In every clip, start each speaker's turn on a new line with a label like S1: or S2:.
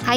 S1: Hi,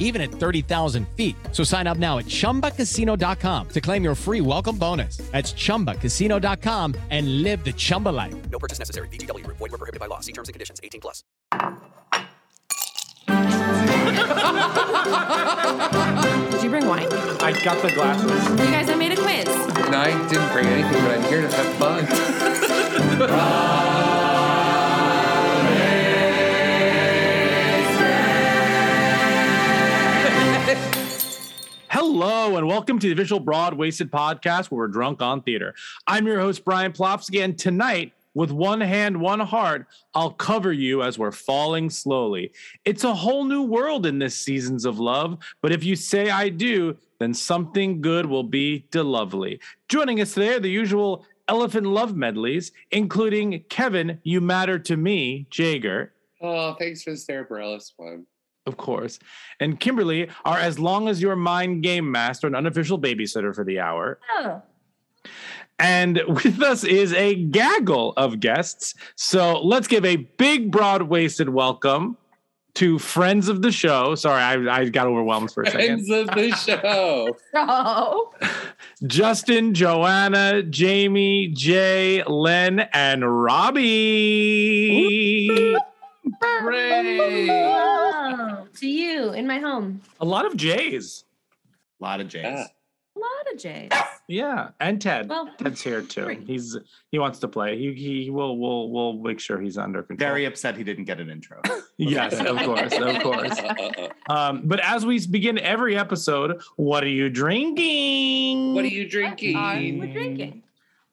S2: even at 30,000 feet. So sign up now at chumbacasino.com to claim your free welcome bonus. That's chumbacasino.com and live the Chumba life.
S3: No purchase necessary. VGW Group. Void were prohibited by law. See terms and conditions. 18 plus.
S4: Did you bring wine? You
S5: I got the glasses.
S4: guys, I made a quiz.
S5: And I didn't bring anything, but I'm here to have fun. Hello, and welcome to the official Broad Wasted podcast where we're drunk on theater. I'm your host, Brian Plofsky, and tonight, with one hand, one heart, I'll cover you as we're falling slowly. It's a whole new world in this seasons of love, but if you say I do, then something good will be de lovely. Joining us today are the usual elephant love medleys, including Kevin, You Matter to Me, Jager.
S3: Oh, thanks for the Sarah Bareilles one.
S5: Of course. And Kimberly, are as long as your mind game master and unofficial babysitter for the hour.
S4: Oh.
S5: And with us is a gaggle of guests. So let's give a big, broad waisted welcome to friends of the show. Sorry, I, I got overwhelmed for a second.
S3: Friends of the show.
S4: Oh.
S5: Justin, Joanna, Jamie, Jay, Len, and Robbie.
S3: Hooray.
S4: oh. To you in my home.
S5: A lot of J's.
S3: A lot of J's.
S4: A lot of J's.
S5: Yeah, and Ted.
S4: Well,
S5: Ted's here too.
S4: great.
S5: He's he wants to play. He he will will will make sure he's under control.
S3: Very upset he didn't get an intro.
S5: yes, of course, of course. Um, but as we begin every episode, what are you drinking?
S3: What are you drinking?
S4: We're drinking.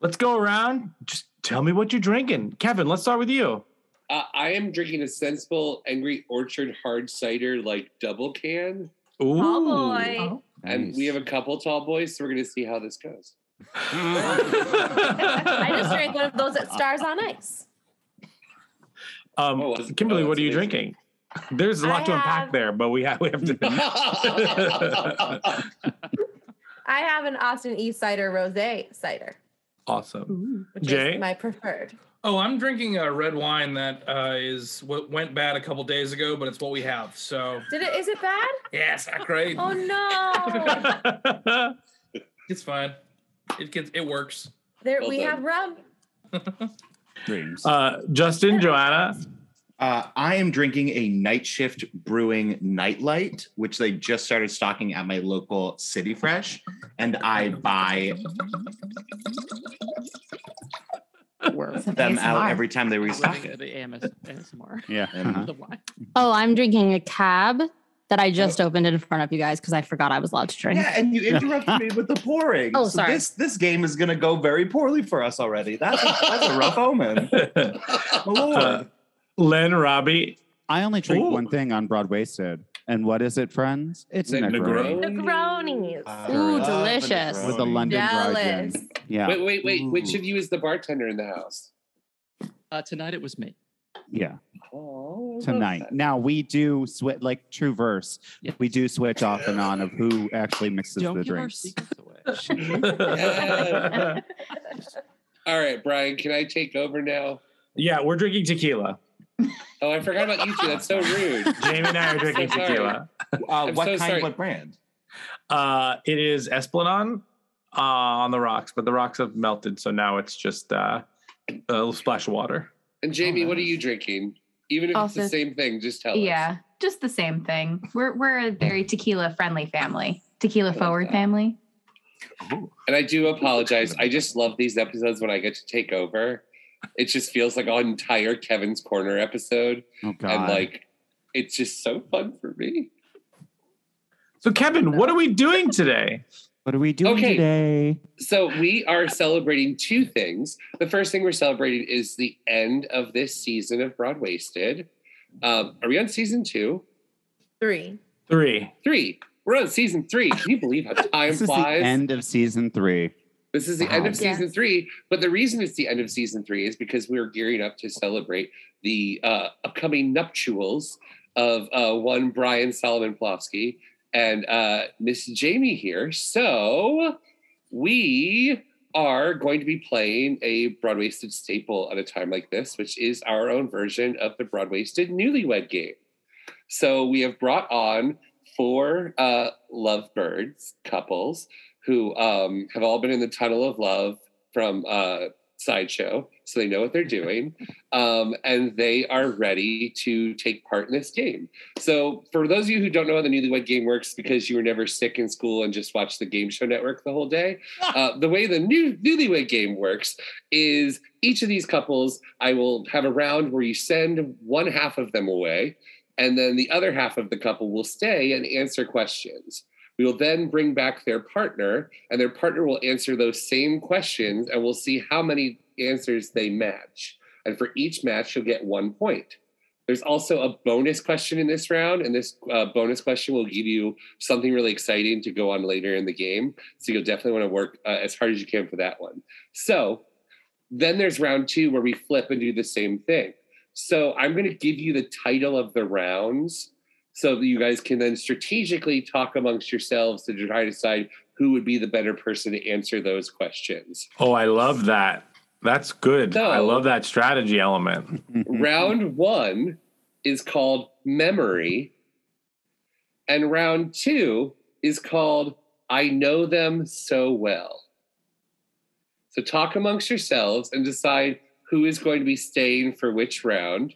S5: Let's go around. Just tell me what you're drinking, Kevin. Let's start with you.
S3: Uh, I am drinking a sensible Angry Orchard hard cider, like double can.
S5: Ooh.
S4: Oh boy.
S3: And we have a couple tall boys, so we're going to see how this goes.
S4: I just drank one of those at Stars on Ice.
S5: um,
S3: Oh, that's-
S5: Kimberly,
S3: oh,
S5: what
S3: that's
S5: are you
S3: amazing.
S5: drinking? There's a lot
S4: I
S5: to unpack
S4: have-
S5: there, but we have we have to.
S4: I have an Austin East Cider Rosé cider,
S5: awesome,
S4: which
S5: Jay?
S4: is my preferred.
S6: Oh, I'm drinking a red wine that uh, is what went bad a couple days ago, but it's what we have. So
S4: Did it? Is it bad?
S6: yeah, it's not great.
S4: Oh no.
S6: It's fine. It gets it works.
S4: There
S3: Well
S4: we
S3: done.
S4: have rum.
S3: Dreams.
S5: uh, Justin, Joanna.
S3: Uh, I am drinking a night shift brewing nightlight, which they just started stocking at my local City Fresh. And I buy them out every time they restock it. Yeah. Uh-huh.
S1: Oh, I'm drinking a cab that I just opened in front of you guys because I forgot I was allowed to drink.
S3: Yeah, and you interrupted me with the pouring.
S1: Oh,
S3: So
S1: sorry.
S3: this this game is gonna go very poorly for us already. That's a, that's a rough omen. My lord.
S5: Uh, Len, Robbie.
S6: I only
S5: drink Ooh. one
S6: thing on Broadway Sid. And what is Uh, it, friends? It's
S4: Negronis.
S1: Ooh, delicious.
S6: With the London
S4: Jealous.
S6: Yeah.
S3: wait, wait, wait. Which of you is the bartender in the house?
S6: Uh, tonight it was me.
S3: Yeah.
S7: Oh.
S3: Tonight. Now we do switch like true verse. We do switch off and on of who actually mixes
S7: Don't
S3: the
S7: give our
S3: drinks.
S7: All right, Brian, can I take over now?
S5: Yeah, we're drinking tequila.
S7: Oh, I forgot about you two. That's so rude.
S5: Jamie and I are
S7: I'm so
S5: drinking
S7: sorry.
S5: tequila.
S3: Uh,
S7: I'm so sorry.
S8: brand?
S5: Uh, it is Esplanade uh, on the rocks, but the rocks have melted, so now it's just uh, a little splash of water.
S7: And Jamie,
S3: Oh,
S7: what are you drinking? Even if
S9: Also-
S7: it's the same thing, just tell us.
S9: Yeah, just the same thing. We're we're a very tequila friendly family, tequila forward family.
S7: And I do apologize. I just love these episodes when I get to take over. It just feels like an entire Kevin's Corner episode.
S3: Oh
S7: And
S5: God.
S7: like, it's just so fun for me.
S5: So, Kevin, what are we doing today?
S3: What are we doing
S7: Okay.
S3: today?
S7: So we are celebrating two things. The first thing we're celebrating is the end of this season of Broadwasted. Um, are we on season two?
S9: Three.
S5: Three.
S7: Three. We're on season three. Can you believe how time
S3: This is the
S7: flies?
S3: end of season three.
S7: This is the end
S3: Wow.
S7: of season three. But the reason it's the end of season three is because we are gearing up to celebrate the uh, upcoming nuptials of uh, one Brian Solomon Plofsky and uh, Miss Jamie here. So we are going to be playing a Broadwasted staple at a time like this, which is our own version of the Broadwasted newlywed game. So we have brought on four uh, lovebirds couples who um, have all been in the tunnel of love from uh, Sideshow, so they know what they're doing, um, and they are ready to take part in this game. So for those of you who don't know how the Newlywed Game works, because you were never sick in school and just watched the Game Show Network the whole day, uh, the way the new Newlywed Game works is each of these couples, I will have a round where you send one half of them away and then the other half of the couple will stay and answer questions. We will then bring back their partner, and their partner will answer those same questions, and we'll see how many answers they match. And for each match, you'll get one point. There's also a bonus question in this round, and this uh, bonus question will give you something really exciting to go on later in the game. So you'll definitely want to work uh, as hard as you can for that one. So then there's round two where we flip and do the same thing. So I'm going to give you the title of the rounds so that you guys can then strategically talk amongst yourselves to try to decide who would be the better person to answer those questions.
S5: Oh, I love that. That's good. I love that strategy element.
S7: round one is called memory, and round two is called I know them so well. So talk amongst yourselves and decide who is going to be staying for which round.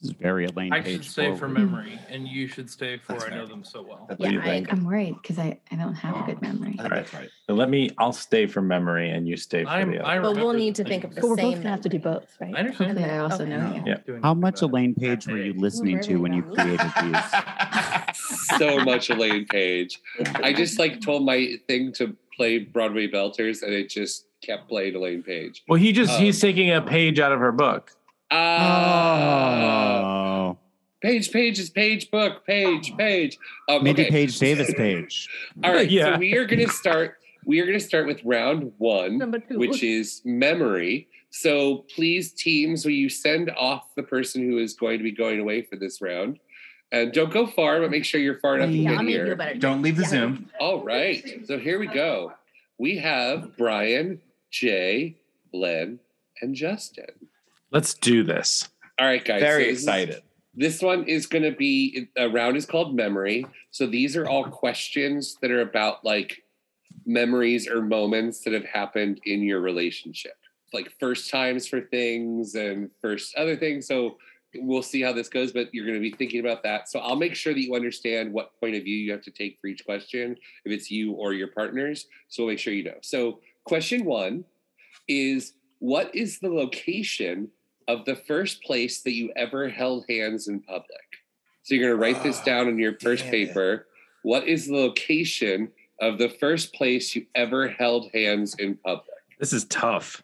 S3: This is very Elaine
S6: I should
S3: Page.
S6: stay for
S3: forward.
S6: memory, and you should stay for I know them so well.
S9: Yeah, I, I'm worried because I, I don't have a good memory.
S5: All right. So let me, I'll stay for memory and you stay for
S6: I'm-
S5: the other.
S6: I
S9: But we'll
S6: remember
S9: need to
S6: the
S9: think of the
S1: But we're both
S9: same.
S1: gonna have to do both, right?
S6: I understand.
S1: Hopefully I also know you.
S5: Yeah.
S3: How much Elaine Page were you listening to when you created these?
S7: so much Elaine Page. I just like told my thing to play Broadway belters, and it just kept playing Elaine Page.
S5: Well, he just,
S7: Um,
S5: he's taking a page out of her book.
S7: Uh, Ah,
S3: Oh,
S7: Page, Page is Page book, Page, Page. Um,
S3: maybe
S7: okay.
S3: Paige Davis Page.
S7: All right,
S3: Yeah.
S7: so we are going to start. We are going to start with round one,
S3: Number two.
S7: which is memory. So please, teams, will you send off the person who is going to be going away for this round? And don't go far, but make sure you're far enough
S8: Yeah,
S7: to get
S8: I'm gonna
S7: here.
S8: feel better. Don't leave the Yeah. Zoom.
S7: All right. So here we go. We have Brian, Jay, Len, and Justin.
S5: Let's do this.
S7: All right, guys.
S5: Very
S7: this is-
S5: excited.
S7: this one is going to be a round is called memory. So these are all questions that are about like memories or moments that have happened in your relationship, like first times for things and first other things. So we'll see how this goes, but you're going to be thinking about that. So I'll make sure that you understand what point of view you have to take for each question, if it's you or your partners. So we'll make sure you know. So, question one is what is the location of the first place that you ever held hands in public? So you're going to write this down in your first paper. What is the location of the first place you ever held hands in public?
S5: This is tough.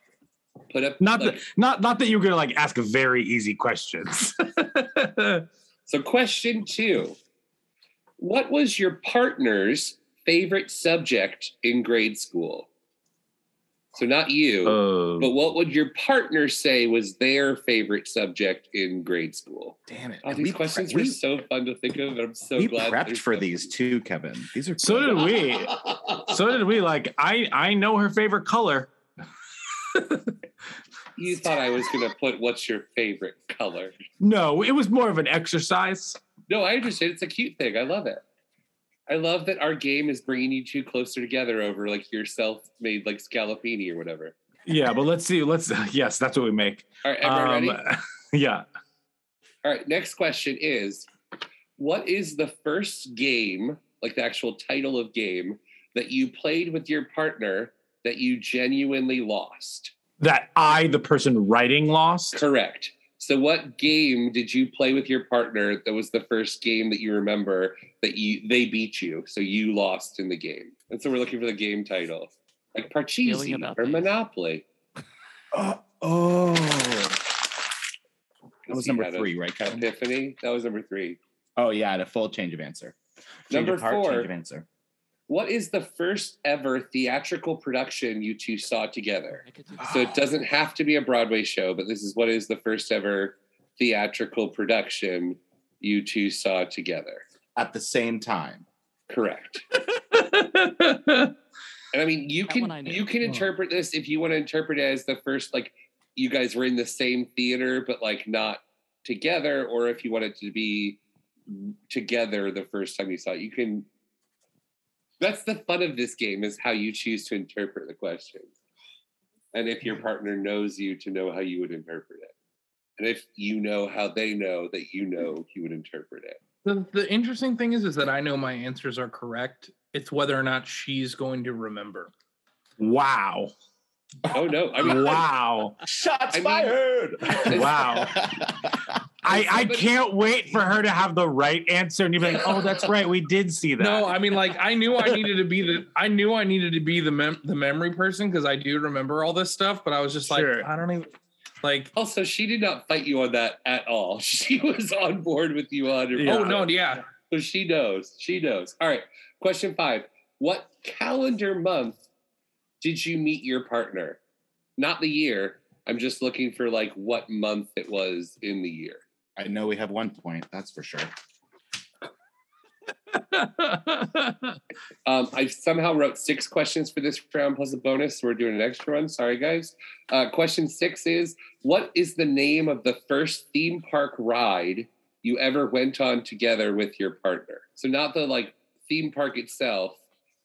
S7: Put up
S5: not that not not that you're gonna like ask very easy questions.
S7: So question two, what was your partner's favorite subject in grade school? So not you,
S8: Um,
S7: but what would your partner say was their favorite subject in grade school?
S8: Damn it.
S7: Oh,
S8: We
S7: these questions
S8: pre-
S7: were
S8: we-
S7: so fun to think of, and I'm so
S8: we
S7: glad.
S8: prepped
S7: there's
S8: for
S7: some-
S8: these too, Kevin. These are
S5: So did we. so did we. Like I, I know her favorite color.
S7: You thought I was going to put what's your favorite color?
S5: No, it was more of an exercise.
S7: No, I understand. It's a cute thing. I love it. I love that our game is bringing you two closer together over like your self-made like scallopini or whatever.
S5: Yeah, but let's see. Let's yes, that's what we make.
S7: All right, everyone
S5: Um,
S7: ready?
S5: Yeah.
S7: All right, next question is what is the first game, like the actual title of game, that you played with your partner that you genuinely lost?
S5: That I, the person writing, lost.
S7: Correct. So what game did you play with your partner that was the first game that you remember that you they beat you, so you lost in the game? And so we're looking for the game title. Like Parcheesi or Monopoly.
S8: Oh. That was
S7: He
S8: number
S7: had a
S8: three, right, Kevin?
S7: Epiphany. That was number three.
S8: Oh, yeah, I had a full change of answer. Change
S7: Number
S8: of heart,
S7: four.
S8: Change of answer.
S7: What is the first ever theatrical production you two saw together? So it doesn't have to be a Broadway show, but this is what is the first ever theatrical production you two saw together
S8: at the same time.
S7: Correct. and I mean, you can you can interpret this if you want to interpret it as the first like you guys were in the same theater but like not together, or if you want it to be together the first time you saw it. You can. That's the fun of this game is how you choose to interpret the questions, and if your partner knows you to know how you would interpret it, and if you know how they know that you know you would interpret it.
S6: The, the interesting thing is, is that I know my answers are correct. It's whether or not she's going to remember.
S5: Wow.
S7: Oh no! I mean,
S5: wow.
S8: Shots
S7: fired!
S5: Wow. I, I can't wait for her to have the right answer and you'd be like, oh, that's right. We did see that.
S6: No, I mean, like I knew I needed to be the I knew I needed to be the mem- the memory person because I do remember all this stuff, but I was just like, I don't even like.
S7: Also, she did not fight you on that at all. She was on board with you on.
S6: Yeah. Oh, no, yeah.
S7: So she knows. She knows. All right. Question five: What calendar month did you meet your partner? Not the year. I'm just looking for like what month it was in the year.
S8: I know we have one point, that's for sure.
S7: Um, I somehow wrote six questions for this round plus a bonus. So we're doing an extra one. Sorry, guys. Uh, question six is What is the name of the first theme park ride you ever went on together with your partner? So, not the like theme park itself,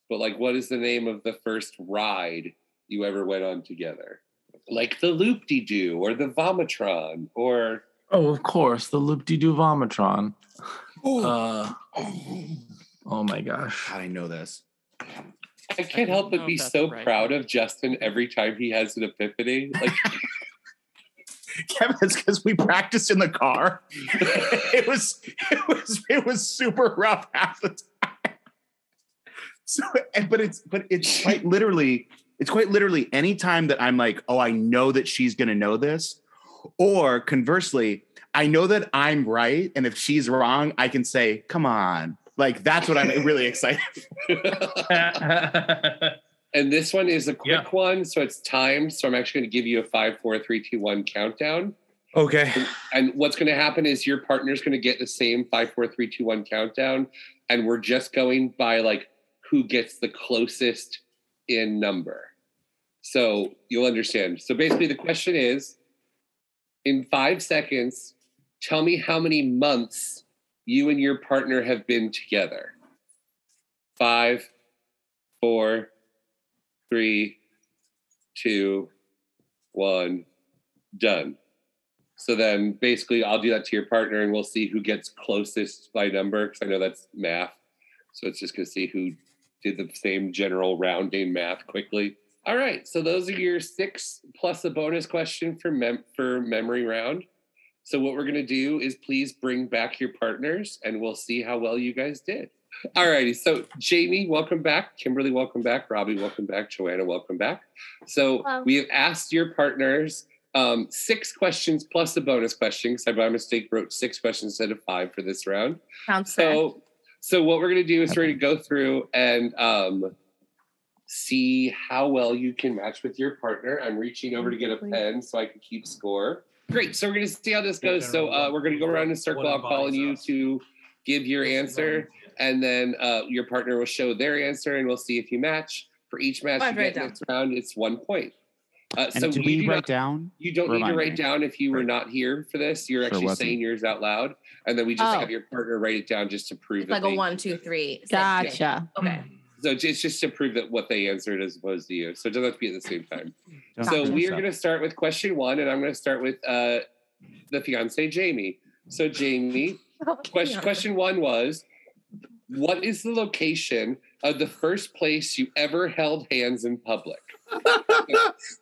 S7: but like what is the name of the first ride you ever went on together? Like the Loop De Doo or the Vomitron or
S5: Oh, of course, the loop de doo vomitron. Uh, oh my gosh.
S8: I know this.
S7: I can't help but be so proud of Justin every time he has an epiphany. Like,
S8: Kevin, it's because we practiced in the car. it was it was it was super rough half the time. So and- but it's but it's quite literally, it's quite literally any time that I'm like, oh, I know that she's gonna know this. Or conversely, I know that I'm right, and if she's wrong, I can say, come on. Like that's what I'm really excited
S7: and this one is a quick one, so it's timed. So I'm actually going to give you a five, four, three, two, one countdown.
S5: Okay.
S7: And what's going to happen is your partner's going to get the same five, four, three, two, one countdown, and we're just going by like who gets the closest in number. So you'll understand. So basically, the question is: in five seconds, tell me how many months you and your partner have been together. Five, four, three, two, one, done. So then basically I'll do that to your partner and we'll see who gets closest by number because I know that's math. So it's just going to see who did the same general rounding math quickly. All right. So those are your six plus a bonus question for mem- for memory round. So what we're going to do is please bring back your partners and we'll see how well you guys did. All righty. So, Jamie, welcome back. Kimberly, welcome back. Robbie, welcome back. Joanna, welcome back. So,
S10: Hello.
S7: we have asked your partners um, six questions plus a bonus question because I, by mistake, wrote six questions instead of five for this round.
S9: Sounds
S7: so, so what we're going to do is we're going to go through and um, see how well you can match with your partner. I'm reaching over to get a pen so I can keep score. Great. So we're going to see how this goes. So uh, we're going to go around in a circle. I'll call on you to give your answer, and then uh, your partner will show their answer, and we'll see if you match. For each match
S4: I've
S7: you
S4: written
S7: get
S4: it
S7: next round, it's one point. Uh,
S3: And do we
S7: you
S3: write
S7: not-
S3: down?
S7: You don't need to
S3: Remind
S7: write
S3: me.
S7: down if you were not here for this. You're
S3: Sure
S7: actually
S3: wasn't.
S7: saying yours out loud, and then we just
S4: Oh.
S7: have your partner write it down just to prove
S4: It's
S7: that
S4: like a
S7: they-
S4: one, two, three. It's like-
S1: Gotcha.
S4: Okay.
S7: so it's it's just to prove that what they answered as opposed to you. So it doesn't have to be at the same time.
S4: Don't
S7: so
S4: mess
S7: we are
S4: up.
S7: going to start with question one, and I'm going to start with uh, the fiance Jamie. So Jamie,
S4: Oh,
S7: question question one was, what is the location of the first place you ever held hands in public?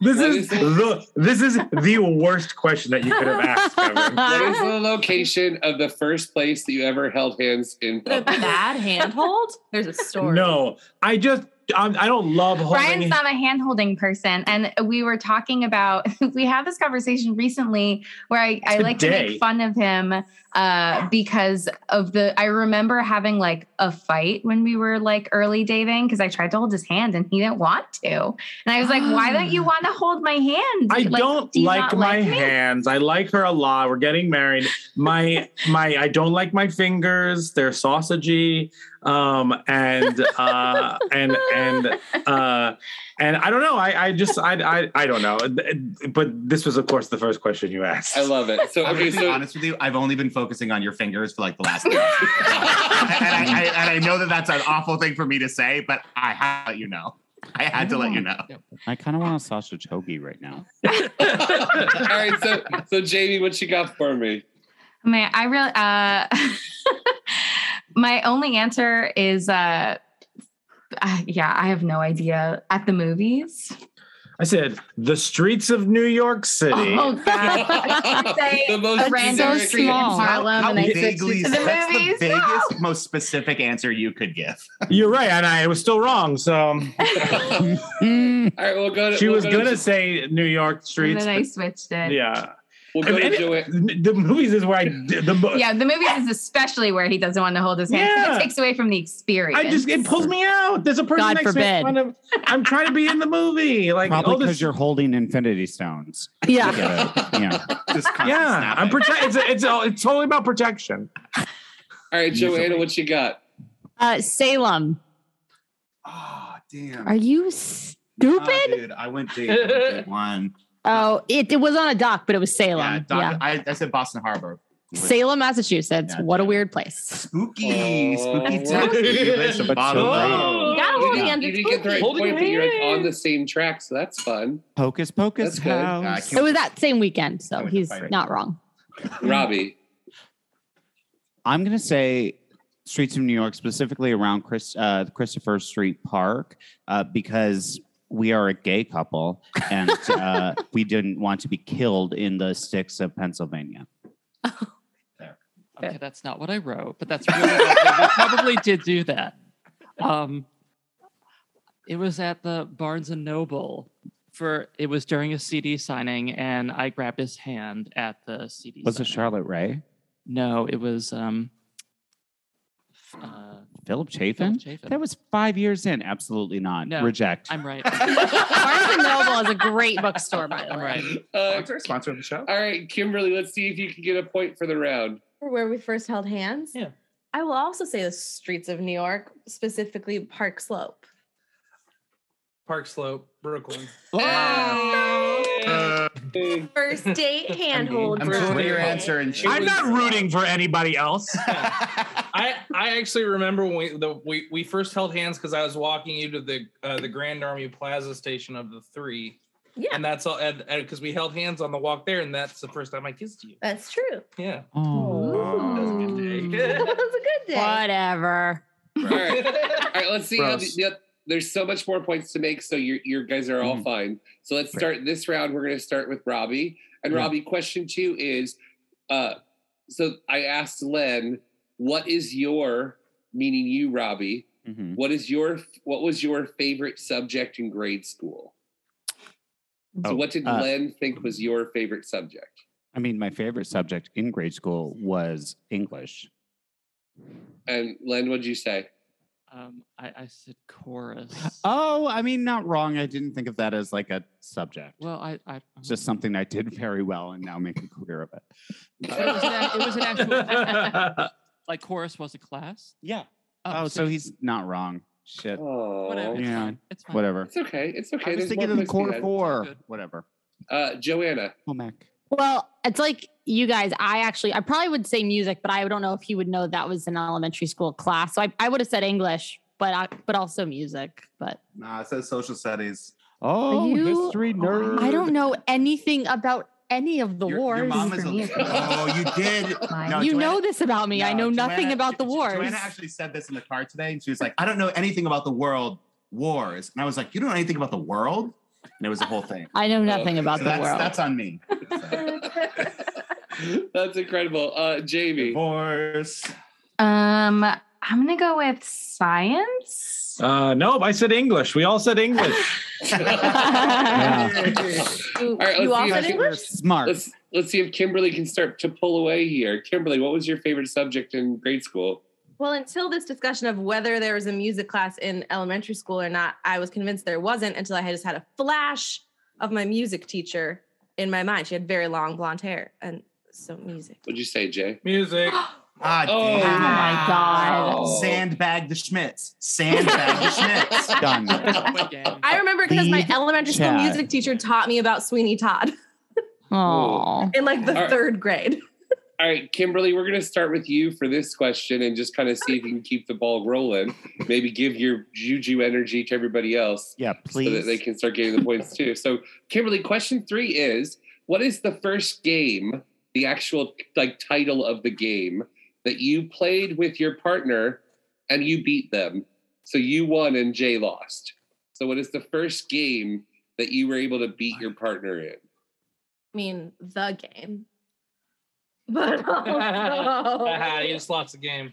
S5: This is the this is the worst question that you could have asked. Kevin.
S7: what is the location of the first place that you ever held hands in
S4: The
S7: public?
S4: bad handhold? There's a story.
S5: No, I just I'm, I don't love holding.
S9: Brian's not a hand holding person. And we were talking about, we had this conversation recently where I, I like to
S5: Today.
S9: make fun of him uh, because of the, I remember having like a fight when we were like early dating because I tried to hold his hand and he didn't want to. And I was like, why don't you want to hold my hand?
S5: I
S9: Like,
S5: don't
S9: do you
S5: like
S9: not
S5: my
S9: me?"
S5: hands. I like her a lot. We're getting married. My my I don't like my fingers. They're sausagey. Um and uh and and uh and I don't know. I I just I I I don't know. But this was of course the first question you asked.
S7: I love it. So
S3: I'm
S7: okay,
S3: gonna be
S7: so
S3: honest with you, I've only been focusing on your fingers for like the last. year. and, I, I, and I know that that's an awful thing for me to say, but I had to let you know. I had to let you know. I kind of want a sausage hoagie right now.
S7: all right, so so Jamie, what you got for me?
S9: Man, I really uh my only answer is uh, uh yeah, I have no idea. At the movies.
S5: I said the streets of New York City.
S9: Oh god. Say
S7: the most
S9: a random
S7: generic
S9: street in
S7: answer.
S9: Harlem and I said
S3: vaguely-
S9: the
S3: that's the
S9: movies.
S3: biggest, most specific answer you could give.
S5: You're right, and I was still wrong. So
S7: All right, we'll go to
S5: she
S7: we'll
S5: was
S7: go to
S5: gonna say New York
S9: And
S5: streets.
S9: then I
S5: but-
S9: switched it.
S5: Yeah.
S7: We'll go
S5: And
S7: to
S5: any-
S7: Joanne-
S5: The movies is where I did the mo-
S9: Yeah, the movies is especially where he doesn't want to hold his hand. 'cause
S5: Yeah.
S9: It takes away from the experience.
S5: I just it pulls me out. There's a person
S9: God
S5: next to me.
S9: forbid.
S5: in front of- I'm trying to be in the movie. Like
S3: Probably
S5: all
S3: because
S5: this.
S3: you're holding Infinity Stones.
S1: Yeah.
S3: Yeah.
S5: yeah, I'm protect. It's it's all- it's totally about protection.
S7: All right, Joanna, what you got?
S1: Uh, Salem.
S3: Oh, damn. Uh,
S1: Are you
S3: Nah,
S1: stupid?
S3: Oh, dude, I went deep. I went deep one.
S1: oh, it, it was on a dock, but it was Salem.
S3: Yeah,
S1: Yeah,
S3: Doc- I, I said Boston Harbor.
S1: Salem, Massachusetts.
S3: Yeah,
S1: what a weird place.
S3: Spooky, spooky
S7: Oh.
S3: town. You guys are
S7: But
S3: bottom
S7: so-
S3: right.
S7: Oh, You
S1: gotta hold
S7: didn't-
S1: hands,
S7: You
S1: it's
S7: didn't get the right
S1: spooky.
S7: point, but you're like on the same track, so that's fun.
S3: Hocus Pocus
S7: That's good.
S3: House.
S7: I
S1: It was that same weekend, so he's not wrong.
S7: Robbie,
S3: I'm going to say streets of New York, specifically around Chris, uh, Christopher Street Park, uh, because we are a gay couple and uh, we didn't want to be killed in the sticks of Pennsylvania.
S10: Okay, that's not what I wrote, but that's really lovely. They probably did do that. Um, it was at the Barnes and Noble for it was during a CD signing, and I grabbed his hand at the CD.
S3: Was it Charlotte Ray?
S10: No, it was um, uh,
S3: Philip
S10: Philip
S3: Chafin?
S10: Chafin.
S3: That was five years in. Absolutely not.
S10: no,
S3: Reject.
S10: I'm right.
S1: Barnes and Noble is a great bookstore, by the way.
S7: uh,
S5: sponsor of the show.
S7: All right, Kimberly, let's see if you can get a point for the round.
S4: Where we first held hands.
S10: Yeah.
S4: I will also say the streets of New York, specifically Park Slope.
S6: Park Slope, Brooklyn.
S4: First date handhold.
S6: I'm sure
S4: versus-
S6: your answer and she
S5: I'm
S6: was-
S5: not rooting for anybody else.
S6: I I actually remember when the we, we first held hands because I was walking you to the uh, the Grand Army Plaza station of the three.
S4: Yeah.
S6: And that's all, and because we held hands on the walk there, and that's the first time I kissed you.
S4: That's true.
S6: Yeah.
S10: Oh.
S4: Oh. that was a good day.
S1: Whatever.
S7: All right, all right let's see. How the,
S1: Gross.
S7: yep, there's so much more points to make, so your your guys are
S3: Mm.
S7: all fine. So let's start this round. We're going to start with Robbie. And
S3: Yeah.
S7: Robbie, question two is, uh, so I asked Len, what is your meaning? You, Robbie,
S3: Mhm.
S7: what is your what was your favorite subject in grade school? So
S3: Oh,
S7: what did
S3: uh,
S7: Len think was your favorite subject?
S3: I mean, my favorite subject in grade school was English.
S7: And Len, what'd you say?
S10: Um, I, I said chorus.
S3: Oh, I mean, not wrong. I didn't think of that as like a subject.
S10: Well, I, I
S3: It's just something I did very well and now make a career of it. Oh,
S10: it was an, it was an actual like chorus was a class.
S3: Yeah. Oh, so he's not wrong. Shit.
S10: Whatever, it's
S3: Yeah.
S10: fine, it's fine.
S3: Whatever.
S7: It's okay. It's okay.
S3: I was
S7: There's
S3: thinking
S7: more
S3: of the
S7: place to be
S3: core
S7: had.
S3: four. Whatever.
S7: Uh, Joanna.
S3: Oh, Mac.
S1: Well, it's like you guys, I actually, I probably would say music, but I don't know if you would know that was an elementary school class. So I, I would have said English, but I, but also music. But
S8: Nah, it says social studies.
S3: Oh,
S1: You-
S3: history nerd.
S1: I don't know anything about any of the wars.
S8: oh, you did. No,
S1: you
S8: Joanna-
S1: know this about me. I
S8: No,
S1: know nothing
S8: Joanna-
S1: about the wars.
S8: Joanna actually said this in the car today, and she was like, "I don't know anything about the world wars," and I was like, "You don't know anything about the world?" And it was a whole thing.
S1: I know nothing about
S8: So
S1: the
S8: that's,
S1: world.
S8: That's on me.
S7: That's incredible. Uh, Jamie.
S8: Divorce.
S9: Um, I'm gonna go with science.
S5: Uh, no, I said English. We all said English.
S7: All right, let's
S9: you all
S7: see
S9: said
S7: if-
S9: English?
S3: Smart.
S7: Let's, let's see if Kimberly can start to pull away here. Kimberly, what was your favorite subject in grade school?
S4: Well, until this discussion of whether there was a music class in elementary school or not, I was convinced there wasn't until I had just had a flash of my music teacher in my mind. She had very long blonde hair, and so music.
S7: What'd you say, Jay?
S6: Music.
S8: Ah,
S7: Oh,
S8: damn.
S7: my God.
S8: Wow. Sandbag the Schmitz. Sandbag the Schmitz.
S3: Done.
S4: I remember because my
S3: Big
S4: elementary school
S3: chat.
S4: music teacher taught me about Sweeney Todd
S1: Oh.
S4: in like the
S7: All right.
S4: third grade.
S7: All right, Kimberly, we're going to start with you for this question and just kind of see if you can keep the ball rolling. Maybe give your juju energy to everybody else.
S3: Yeah,
S7: So that
S3: please.
S7: they can start getting the points too. So, Kimberly, question three is what is the first game, the actual like title of the game that you played with your partner and you beat them? So you won and Jay lost. So, what is the first game that you were able to beat your partner in?
S4: I mean, the game. But oh, also,
S6: you just lost the game.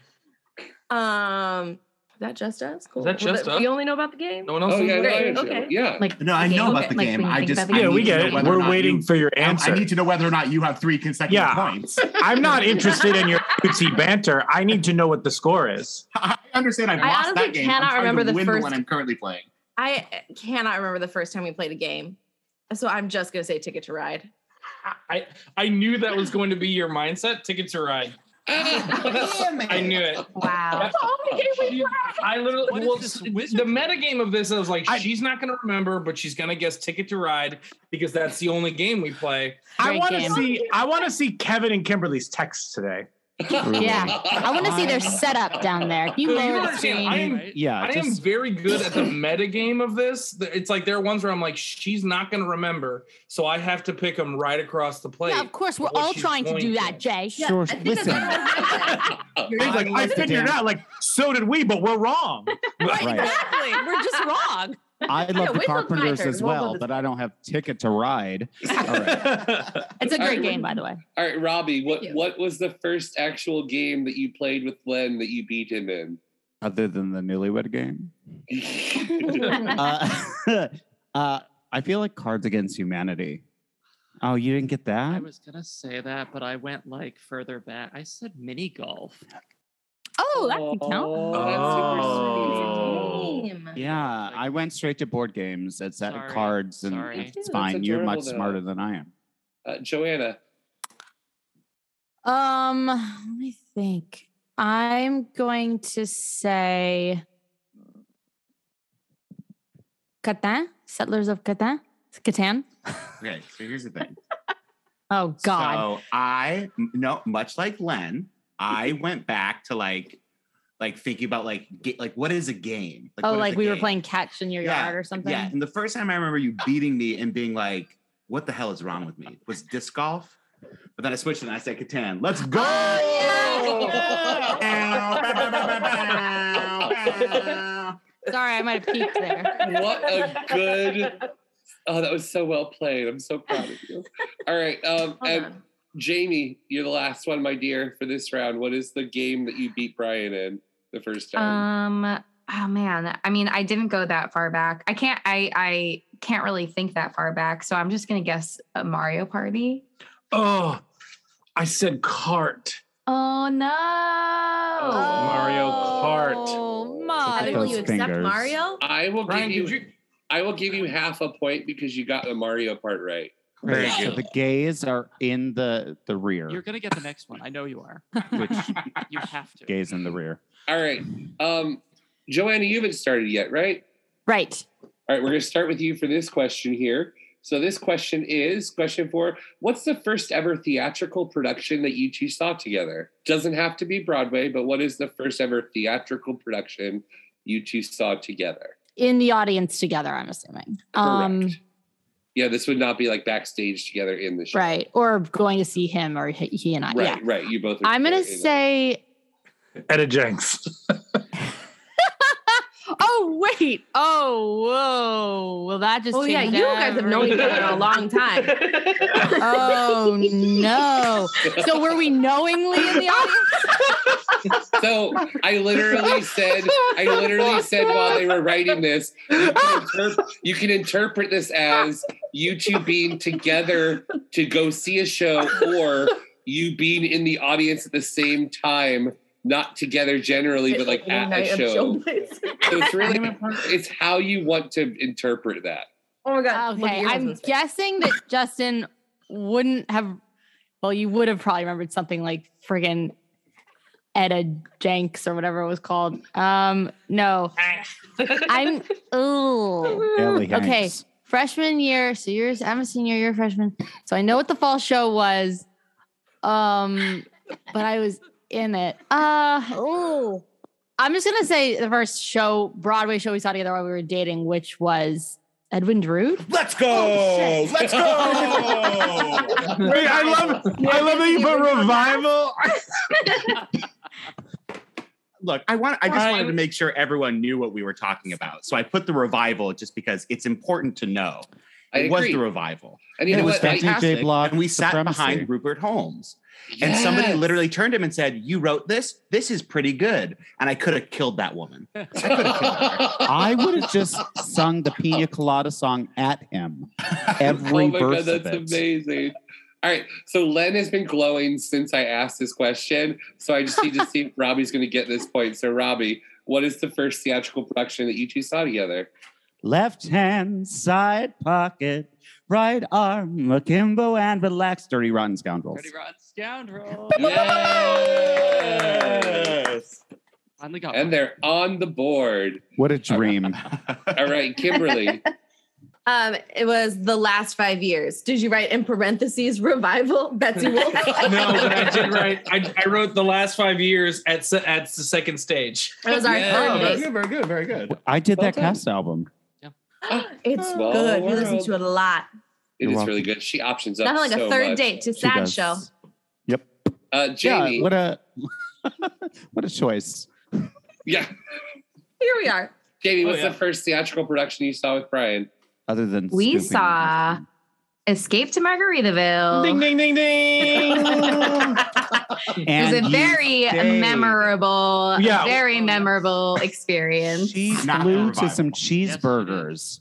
S4: um, is that just us? Cool.
S6: that
S4: Well,
S6: just
S4: We
S6: us?
S4: only know about the game.
S6: No one else Oh, knows yeah, about the no, game? I do. Yeah.
S8: Like no, I know about the game. I just I need to know whether or
S5: We're
S8: not
S5: waiting
S8: you-
S5: for your
S8: I-
S5: answer.
S8: I need to know whether or not you have three consecutive
S5: Yeah.
S8: points.
S5: I'm not interested in your cutesy banter. I need to know what the score is.
S8: I understand. I've
S4: I
S8: lost
S4: honestly
S8: that game.
S4: cannot
S8: I'm trying
S4: remember
S8: to
S4: the
S8: win
S4: first-
S8: one I'm currently playing.
S4: I cannot remember the first time we played a game. So I'm just gonna say Ticket to Ride.
S6: I, I knew that was going to be your mindset. uh, Ticket to ride. I knew it.
S9: Wow.
S6: I literally
S10: What is
S6: well,
S10: this
S6: the metagame of this, I was like, she's not gonna remember, but she's gonna guess Ticket to Ride because that's the only game we play.
S5: I want to see. I want to see Kevin and Kimberly's texts today.
S1: yeah. I want to see their setup down there. Can You
S6: So
S1: lower the
S6: understand,
S1: screen.
S6: I am,
S3: Yeah,
S6: I
S3: just-
S6: am very good at the metagame of this. The- It's like there are ones where I'm like, she's not gonna remember, so I have to pick them right across the plate.
S1: Yeah, of course, we're
S6: What
S1: all
S6: she's
S1: trying to
S6: going
S1: do that, Jay.
S5: Sure, I think that's listen. what He's like, I figured it out. Like, so did we, but we're wrong.
S3: Right.
S4: Exactly. We're just wrong.
S3: I
S4: Yeah,
S3: love
S4: wait till
S3: the
S4: it's my
S3: Carpenters
S4: turn.
S3: as
S4: We'll go
S3: well,
S4: this-
S3: but I don't have ticket to ride.
S1: It's a
S7: All
S1: great
S7: right,
S1: game, by the way.
S7: All right, Robbie, what,
S1: you.
S7: what was the first actual game that you played with Len that you beat him in?
S3: Other than the newlywed game. uh, uh, I feel like Cards Against Humanity. Oh, you didn't get
S10: I
S3: that?
S10: was gonna say that, but I went like further back. I said mini golf.
S1: Oh, that can count.
S5: Oh.
S3: Yeah, I went straight to board games. It's at
S7: Sorry,
S3: cards, and
S7: sorry.
S3: it's
S7: That's
S3: fine. You're
S7: adorable,
S3: much
S7: though.
S3: smarter than I am.
S7: Uh, Joanna.
S1: Um, let me think. I'm going to say Catan, Settlers of Catan, Catan.
S8: Okay, so here's the thing.
S1: Oh God,
S8: So I m- no, much like Len, I went back to like like thinking about like get, like what is a game? what
S1: oh,
S8: is
S1: like
S8: a
S1: we were
S8: game?
S1: playing catch in your
S8: Yeah,
S1: yard or something.
S8: Yeah, and the first time I remember you beating me and being like, "What the hell is wrong with me?" was disc golf. But then I switched and I said Catan. Let's go!
S1: Sorry, I might have peeked there.
S7: What a good. Oh, that was so well played. I'm so proud of you. All right. Um, and Jamie, you're the last one, my dear, for this round. What is the game that you beat Brian in the first time?
S9: Um. Oh man. I mean, I didn't go that far back. I can't. I I can't really think that far back. So I'm just gonna guess a Mario Party.
S5: Oh, I said cart.
S9: Oh no.
S5: Um, Mario Kart.
S1: Oh,
S5: Look at
S4: Will you
S5: those
S4: accept
S5: fingers.
S4: Mario?
S7: I will
S4: Brian,
S7: give
S4: did
S7: you, I will give you half a point because you got the Mario part right.
S3: Great. So the gays are in the the rear.
S10: You're gonna get the next one. I know you are. you have to.
S3: gays in the rear.
S7: All right. Um, Joanna, you haven't started yet, right?
S1: Right.
S7: All right, we're going to start with you for this question here. So, this question is question four What's the first ever theatrical production that you two saw together? Doesn't have to be Broadway, but what is the first ever theatrical production you two saw together?
S1: in the audience together, I'm assuming. Um,
S7: Yeah, this would not be like backstage together in the show.
S1: right. Or going to see him or he, he and I.
S7: Right,
S1: yeah.
S7: right. You both. Are
S1: I'm going to
S8: uh,
S7: together in
S1: say,
S5: Etta Jenks.
S1: oh, wait. Oh, whoa. Well, that just.
S4: Oh, yeah,
S1: changed
S4: you guys have known each other in a long time.
S1: oh, no. So were we knowingly in the audience?
S7: So I literally said, I literally said while they were writing this, you can, interp- you can interpret this as you two being together to go see a show, or you being in the audience at the same time, not together generally, but like at a show. So it's really, it's how you want to interpret that.
S4: Oh my god.
S1: Okay, I'm guessing that Justin wouldn't have. Well, you would have probably remembered something like friggin' Etta Jenks or whatever it was called. Um, no, I'm.
S3: Ellie
S1: Ooh. Okay,
S3: Hanks.
S1: freshman year. So yours, I'm a senior. You're a freshman. So I know what the fall show was. Um, but I was in it. Uh, ooh. I'm just gonna say the first show, Broadway show we saw together while we were dating, which was Edwin Drood.
S8: Let's go!
S4: Oh,
S1: Oh,
S8: Let's go!
S5: Wait, I love I love that you put revival.
S8: Look, I want I just
S5: Fine.
S8: wanted to make sure everyone knew what we were talking about. So I put the revival just because it's important to know.
S7: I
S8: It was
S7: agree.
S8: the revival.
S7: And you know
S8: it was
S7: what? I- DJ
S8: fantastic.
S3: Block
S8: and we sat
S3: supremacy.
S8: behind Rupert Holmes. And somebody
S7: Yes.
S8: literally turned to him and said, You wrote this? This is pretty good. And I could have killed that woman. I could have killed her.
S3: I would have just sung the Pina Colada song at him. Every
S7: oh my
S3: verse
S7: god, that's
S3: of it.
S7: amazing. All right, so Len has been glowing since I asked this question, so I just need to see if Robbie's going to get this point. So, Robbie, what is the first theatrical production that you two saw together?
S3: Left hand side pocket, right arm akimbo and relax. Dirty rotten scoundrels.
S10: Dirty Rotten Scoundrel.
S7: Yes.
S10: Finally got
S7: And they're on the board.
S3: What a dream!
S7: All right, Kimberly.
S4: Um, it was the last five years. Did you write in parentheses revival Betsy Wolf?
S6: no, but I did write. I, I wrote the last five years at se- at the second stage. Oh,
S4: That was our third date.
S5: very good, very good.
S3: I did
S6: Well
S3: that
S6: done.
S3: cast album.
S4: It's
S7: Small
S4: good. We listen
S7: world.
S4: to it a lot.
S7: It
S3: You're
S7: is
S3: welcome.
S7: really good. She options up.
S4: Not like
S7: so
S4: a third
S7: much.
S4: date to
S3: She
S4: sad
S3: does.
S4: show.
S3: Yep.
S7: Uh, Jamie.
S3: Yeah, what a what a choice.
S7: yeah.
S4: Here we are.
S7: Jamie, what's
S9: Oh, yeah.
S7: the first theatrical production you saw with Brian?
S3: Other than
S9: We
S3: scooping-
S9: saw Escape to Margaritaville.
S5: Ding ding ding ding.
S9: It
S3: And
S9: was a
S3: you
S9: very
S3: stayed.
S9: memorable,
S3: Yeah.
S9: very memorable experience.
S3: She flew to some cheeseburgers.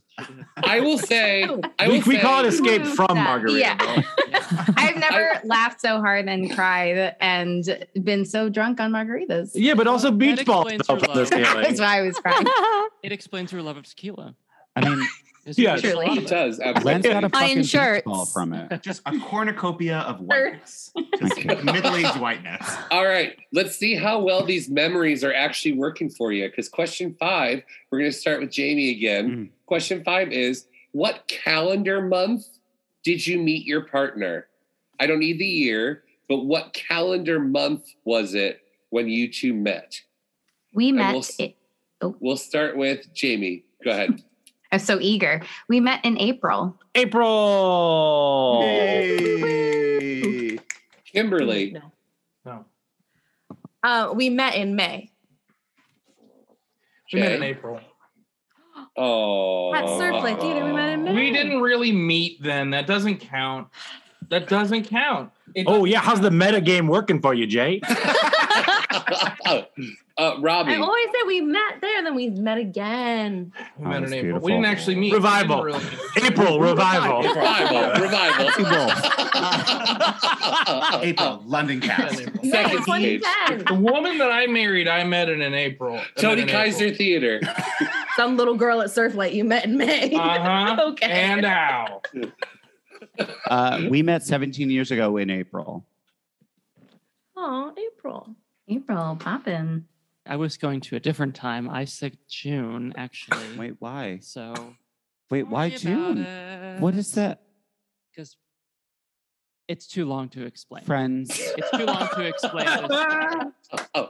S7: I will say, I
S5: We-
S7: will
S5: we
S7: say,
S5: call it escape from Margaritaville.
S9: Yeah. I've never laughed so hard and cried and been so drunk on margaritas.
S5: Yeah, but also beach balls
S10: explains
S5: help
S10: your
S5: this
S10: love.
S5: feeling.
S9: That's why I was crying.
S10: It explains her love of tequila.
S3: I mean,
S5: Yeah,
S10: There's a lot
S7: It
S10: of it.
S7: does.
S3: Len's
S7: Absolutely.
S3: got a fucking beach
S1: shirts.
S3: ball from it.
S8: Just a cornucopia of whiteness. Just middle-aged whiteness.
S7: All right, let's see how well these memories are actually working for you. Because question five, we're going to start with Jamie again. Question five is What calendar month did you meet your partner? I don't need the year, but what calendar month was it when you two met?
S9: We
S7: And
S9: met. oh.
S7: we'll s-
S9: i-
S7: We'll start with Jamie. Go ahead.
S9: I'm so eager. We met in April.
S5: April.
S8: Yay.
S7: Kimberly.
S4: Uh, we met in May.
S6: We met in
S7: Jay.
S6: April.
S7: Oh.
S4: At Surflake either. We met in May.
S6: Uh, We didn't really meet then. That doesn't count. That doesn't count. It
S8: Oh,
S5: Oh yeah, how's the meta game working for you, Jay?
S7: uh, Robbie.
S4: I always say we met there, then we met again.
S6: We met in April. We didn't actually meet.
S5: Oh, Revival.
S6: We didn't really-
S5: April revival.
S7: Revival, revival.
S8: April, London cast.
S6: Second
S4: May
S6: stage. The woman that I married, I met in an April.
S7: Tony Kaiser Theater.
S4: Some little girl at Surflight you met in May.
S6: Uh-huh.
S4: okay.
S6: And how?
S3: Uh, we met 17 years ago in April.
S4: Oh, April.
S9: April poppin'.
S10: I was going to a different time. I said June, actually.
S3: Wait, why?
S10: So
S3: Wait, why June? What is that?
S10: Because it's too long to explain.
S3: Friends.
S10: It's too long to explain. This.
S7: oh, oh.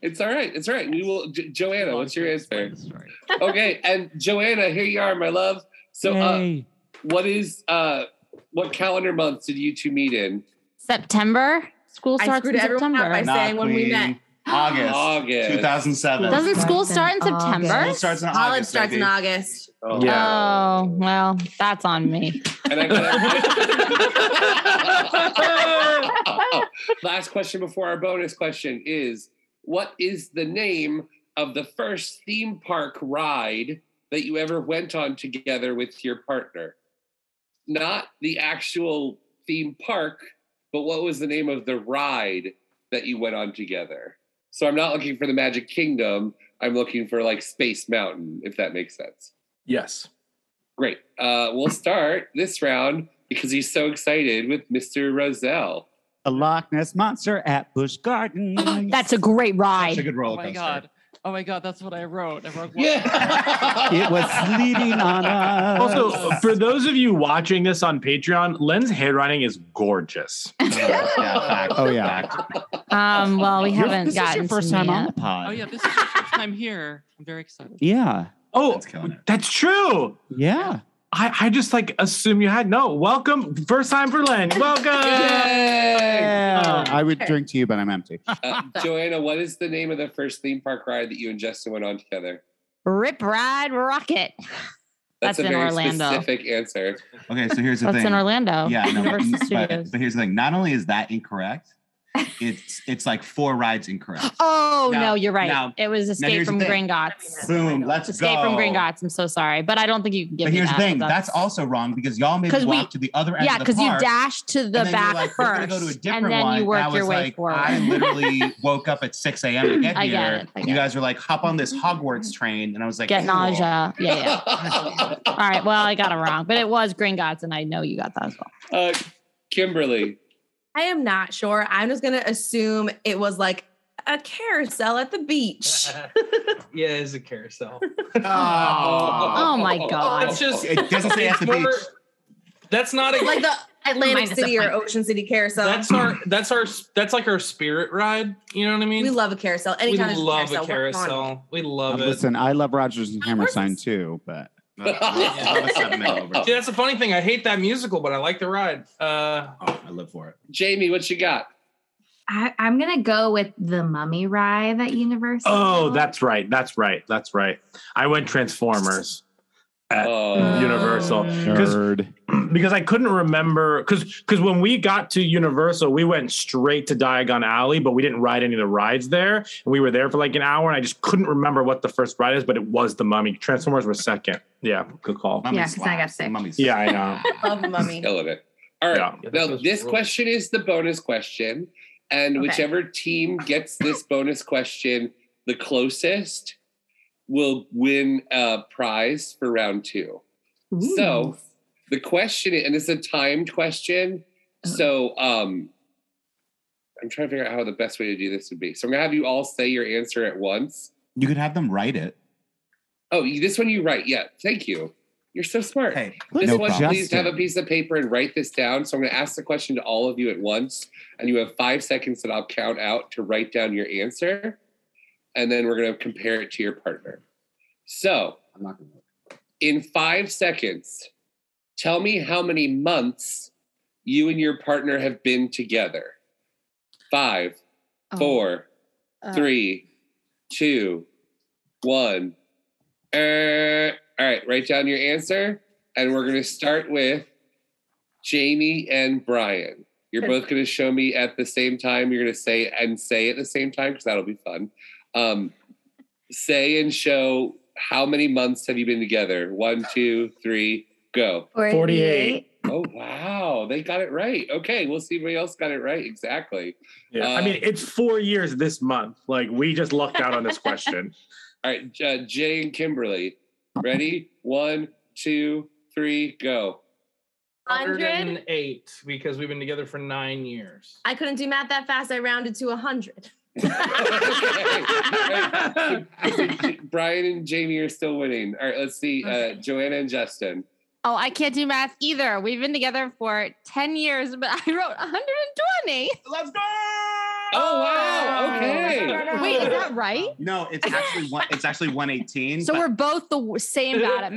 S7: It's all right. It's all right. We will. Jo- Joanna, what's your answer? okay, and Joanna, here you are, my love. So, uh,
S10: Yay.
S7: what is uh, what calendar month did you two meet in?
S1: September. School
S4: I
S1: starts
S4: screwed
S1: in
S4: everyone up
S1: September.
S4: by
S8: Not Queen. August,
S7: August.
S8: 2007.
S1: Doesn't school start in September?
S8: School starts in
S4: College
S8: August,
S4: starts
S8: baby.
S4: in August.
S1: Oh. well, that's on me.
S7: Last question before our bonus question is: What is the name of the first theme park ride that you ever went on together with your partner? Not the actual theme park, but what was the name of the ride that you went on together? So I'm not looking for the Magic Kingdom. I'm looking for like Space Mountain, if that makes sense.
S5: Yes.
S7: Great. Uh, we'll start this round because he's so excited with Mr. Roselle.
S3: A Loch Ness monster at Busch Garden.
S1: Oh, That's a great ride.
S3: good
S10: Oh my god. Oh my god, that's what I wrote. I wrote one.
S3: It was leading on us.
S5: Also, for those of you watching this on Patreon, Len's handwriting is gorgeous.
S3: Oh yeah.
S1: Um, well, we
S5: You're-
S1: haven't
S5: this is your
S1: gotten
S5: first
S1: to me
S5: time on
S1: yet.
S5: the pod.
S10: Oh yeah, this is your first time here. I'm very excited.
S3: Yeah.
S5: Oh, that's, true.
S3: Yeah.
S5: I, I just like assume you had no. Welcome, first time for Len. Welcome. Um,
S3: Yeah, I would drink to you, but I'm empty.
S7: Uh, Joanna, what is the name of the first theme park ride that you and Justin went on together?
S1: Rip Ride Rocket. That's,
S7: a
S1: in
S7: very
S1: Orlando.
S7: specific answer.
S3: Okay, so here's
S1: the That's thing. in Orlando,
S7: Yeah, no,
S1: Universal
S7: but-
S1: Studios.
S11: But here's the thing: not only is that incorrect, it's it's like four rides incorrect.
S1: Oh
S11: Now-
S1: no, you're right.
S11: now-
S1: it was
S11: now
S1: Escape
S11: here's the
S1: from
S11: thing.
S1: Gringotts.
S11: Boom, let's
S1: Escape
S11: go.
S1: from Gringotts. I'm so sorry, but I don't think you can give
S11: But
S1: me
S11: here's the
S1: that.
S11: thing: that's also wrong because y'all made
S1: 'Cause
S11: me
S1: we-
S11: walk to the other end
S1: yeah,
S11: of the
S1: because you
S11: park.
S1: dashed to the
S11: and then you were
S1: back
S11: like, "We're gonna
S1: first,
S11: go to a different
S1: and then
S11: one,"
S1: you
S11: and I
S1: work your
S11: was
S1: way
S11: like,
S1: forward.
S11: I literally woke up at 6 a.m. to get
S1: I get
S11: here.
S1: it, I
S11: you guys were like, hop on this Hogwarts train. And I was like,
S1: Get
S11: "Cool."
S1: nausea. Yeah, yeah. All right. Well, I got it wrong, but it was Gringotts, and I know you got that as well.
S7: Uh, Kimberly,
S4: I am not sure. I'm just gonna assume it was like a carousel at the beach.
S6: Yeah, it's a carousel.
S4: Oh
S1: my God.
S6: That's just.
S4: It doesn't say
S6: it's
S4: at the
S6: more-
S4: beach.
S6: That's not a,
S4: like the Atlantic
S6: Minus a
S4: City or
S6: pint.
S4: Ocean City carousel.
S6: That's our. That's our. That's like our spirit ride. You know what I mean?
S4: we love a carousel. Any
S6: we
S4: kind of
S6: love a
S4: carousel. we're on it.
S6: carousel. We love it.
S3: Um, Listen, I love Rogers and Hammerstein too, but
S6: See, that's the funny thing. I hate that musical, but I like the ride. Uh,
S11: I live for it.
S7: Jamie, what you got?
S9: I, I'm gonna go with the mummy ride at Universal.
S5: Oh, that's right. That's right. That's right. I went Transformers at
S6: Oh.
S5: Universal because because I couldn't remember because because when we got to Universal, we went straight to Diagon Alley, but we didn't ride any of the rides there. And we were there for like an hour, and I just couldn't remember what the first ride is, but it was the Mummy. Transformers was second. Yeah, good call.
S9: yeah, because I got sick.
S5: Yeah, I know.
S4: Love mummy.
S7: Killing it. All right. now, this question is the bonus question. And
S4: Okay.
S7: whichever team gets this bonus question the closest will win a prize for round two. So the question, and it's a timed question. So um, I'm trying to figure out how the best way to do this would be. So I'm going to have you all say your answer at once.
S11: You could have them write it.
S7: Oh, you- this one you write. Yeah. Thank you. You're so smart. Hey, this
S11: no
S7: one,
S11: problem.
S7: please have a piece of paper and write this down. So I'm going to ask the question to all of you at once, and you have five seconds that I'll count out to write down your answer, and then we're going to compare it to your partner. So, I'm not going to. In five seconds, tell me how many months you and your partner have been together. Five,
S1: Oh.
S7: four,
S1: Uh.
S7: three, two, one. Uh, all right, write down your answer. And we're going to start with Jamie and Brian. You're both going to show me at the same time. You're going to say and say at the same time because that'll be fun. Um, say and show how many months have you been together? One, two, three, go.
S5: 48.
S7: Oh, wow. They got it right. Okay. We'll see if anybody else got it right. Exactly.
S5: Yeah. I
S7: Uh,
S5: mean, it's four years this month. Like, we just lucked out on this question.
S7: All right. Uh, Jay and Kimberly, ready? One, two, three, go.
S6: 108 because we've been together for nine years.
S4: I couldn't do math that fast. I rounded to 100.
S7: Brian and Jamie are still winning. All right. Let's see. Uh, Joanna and Justin.
S1: Oh, I can't do math either. We've been together for 10 years, but I wrote 120.
S8: Let's go.
S7: Oh, wow.
S3: Okay.
S1: Wait, is that right?
S3: No, it's actually one, it's actually 118.
S1: So
S3: but-
S1: we're both the w- same bad at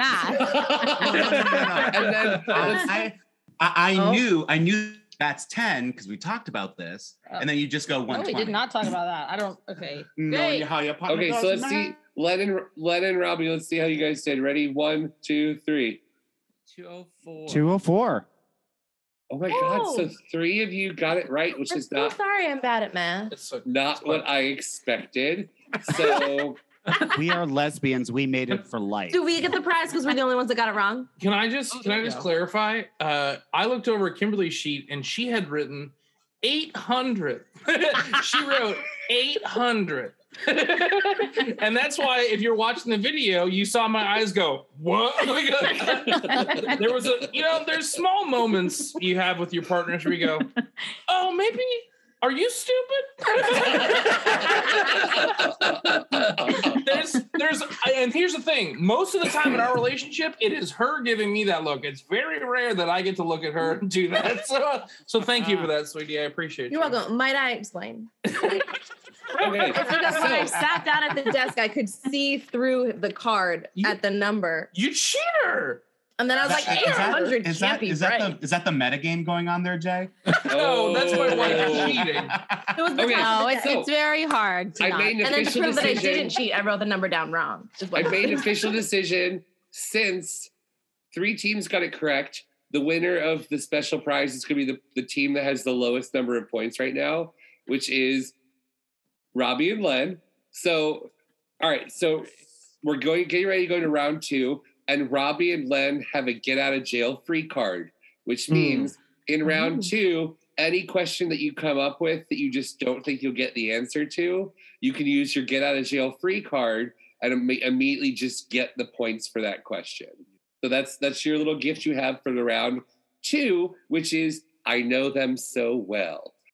S1: math.
S7: and then
S11: Oh.
S1: I-
S11: I, I
S1: Oh.
S11: knew I knew that's 10 because we talked about this. and then you just go
S1: Oh. no, we
S11: 120.
S1: did not talk about that. I don't. Okay. Great.
S7: Okay, so let's see. Len and, Len and Robbie, let's see how you guys did. Ready? One, two, three.
S10: 204.
S3: 204.
S7: Oh my God. So
S4: Oh.
S7: three of you got it right, which is
S4: I'm
S7: not
S4: sorry I'm bad at math.
S7: not what I expected. So
S3: we are lesbians. We made it for life.
S4: Do we get the prize because we're the only ones that got it wrong?
S6: Can I just can I just clarify? Uh, I looked over at Kimberly's sheet and she had written 800. she wrote 800. and that's why if you're watching the video, you saw my eyes go, what? uh, there was a, you know, there's small moments you have with your partners where you go, oh, maybe, are you stupid? there's, there's, and here's the thing most of the time in our relationship, it is her giving me that look. It's very rare that I get to look at her and do that. So, so thank you for that, sweetie. I appreciate
S4: You're
S6: you.
S4: welcome. Might I explain?
S6: Okay.
S4: Because when I
S6: So-
S4: sat down at the desk, I could see through the card at the number.
S6: You cheater!
S4: And then I was like,
S11: Is that-
S4: 800
S11: is
S4: can't
S11: that,
S4: be
S11: is that
S4: right.
S11: the is that the metagame going on there, Jay?
S7: No,
S6: that's my
S7: Oh.
S6: wife
S11: cheating.
S4: It was the
S7: Okay,
S4: top of
S1: No,
S4: the
S1: it's,
S4: desk.
S1: it's very hard. To
S7: I
S1: not.
S7: made
S4: and
S7: an
S4: then to
S7: official
S4: prove that I
S7: decision.
S4: didn't cheat, I wrote the number down wrong. Is
S7: I
S4: what-
S7: made an official decision since three teams got it correct. The winner of the special prize is going to be the, the team that has the lowest number of points right now, which is Robbie and Len. So, all right, so we're going getting ready to go to round two, and Robbie and Len have a get out of jail free card, which means in round two, any question that you come up with that you just don't think you'll get the answer to, you can use your get out of jail free card and imme- immediately just get the points for that question. So that's that's your little gift you have for the round two, which is I know them so well.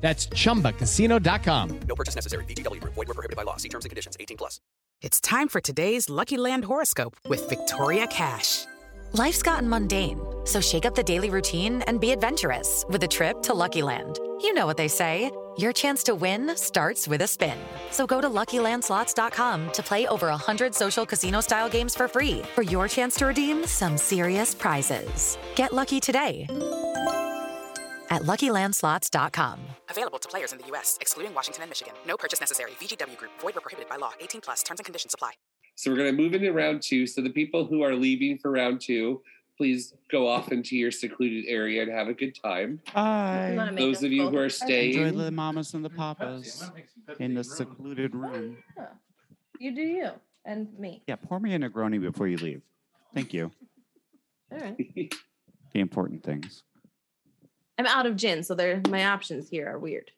S2: That's chumbacasino.com.
S12: No purchase necessary. VGW Group. Void were prohibited by law. See terms and conditions. 18 plus.
S13: It's time for today's Lucky Land horoscope with Victoria Cash.
S14: Life's gotten mundane, so shake up the daily routine and be adventurous with a trip to Lucky Land. You know what they say your chance to win starts with a spin. So go to luckylandslots.com to play over 100 social casino style games for free for your chance to redeem some serious prizes. Get lucky today at luckylandslots.com.
S13: Available to players in the U.S., excluding Washington and Michigan. No purchase necessary. VGW Group. Void were prohibited by law. 18 plus. Terms and conditions apply.
S7: So we're going to move into round two. So the people who are leaving for round two, please go off into your secluded area and have a good time.
S3: Hi.
S7: Those of you who are
S3: Enjoy
S7: staying,
S3: the mamas and the papas in the secluded room.
S4: You do you and me.
S3: Yeah, pour me a Negroni before you leave. Thank you.
S4: All right.
S3: The important things.
S4: I'm out of gin, so there my options here are weird.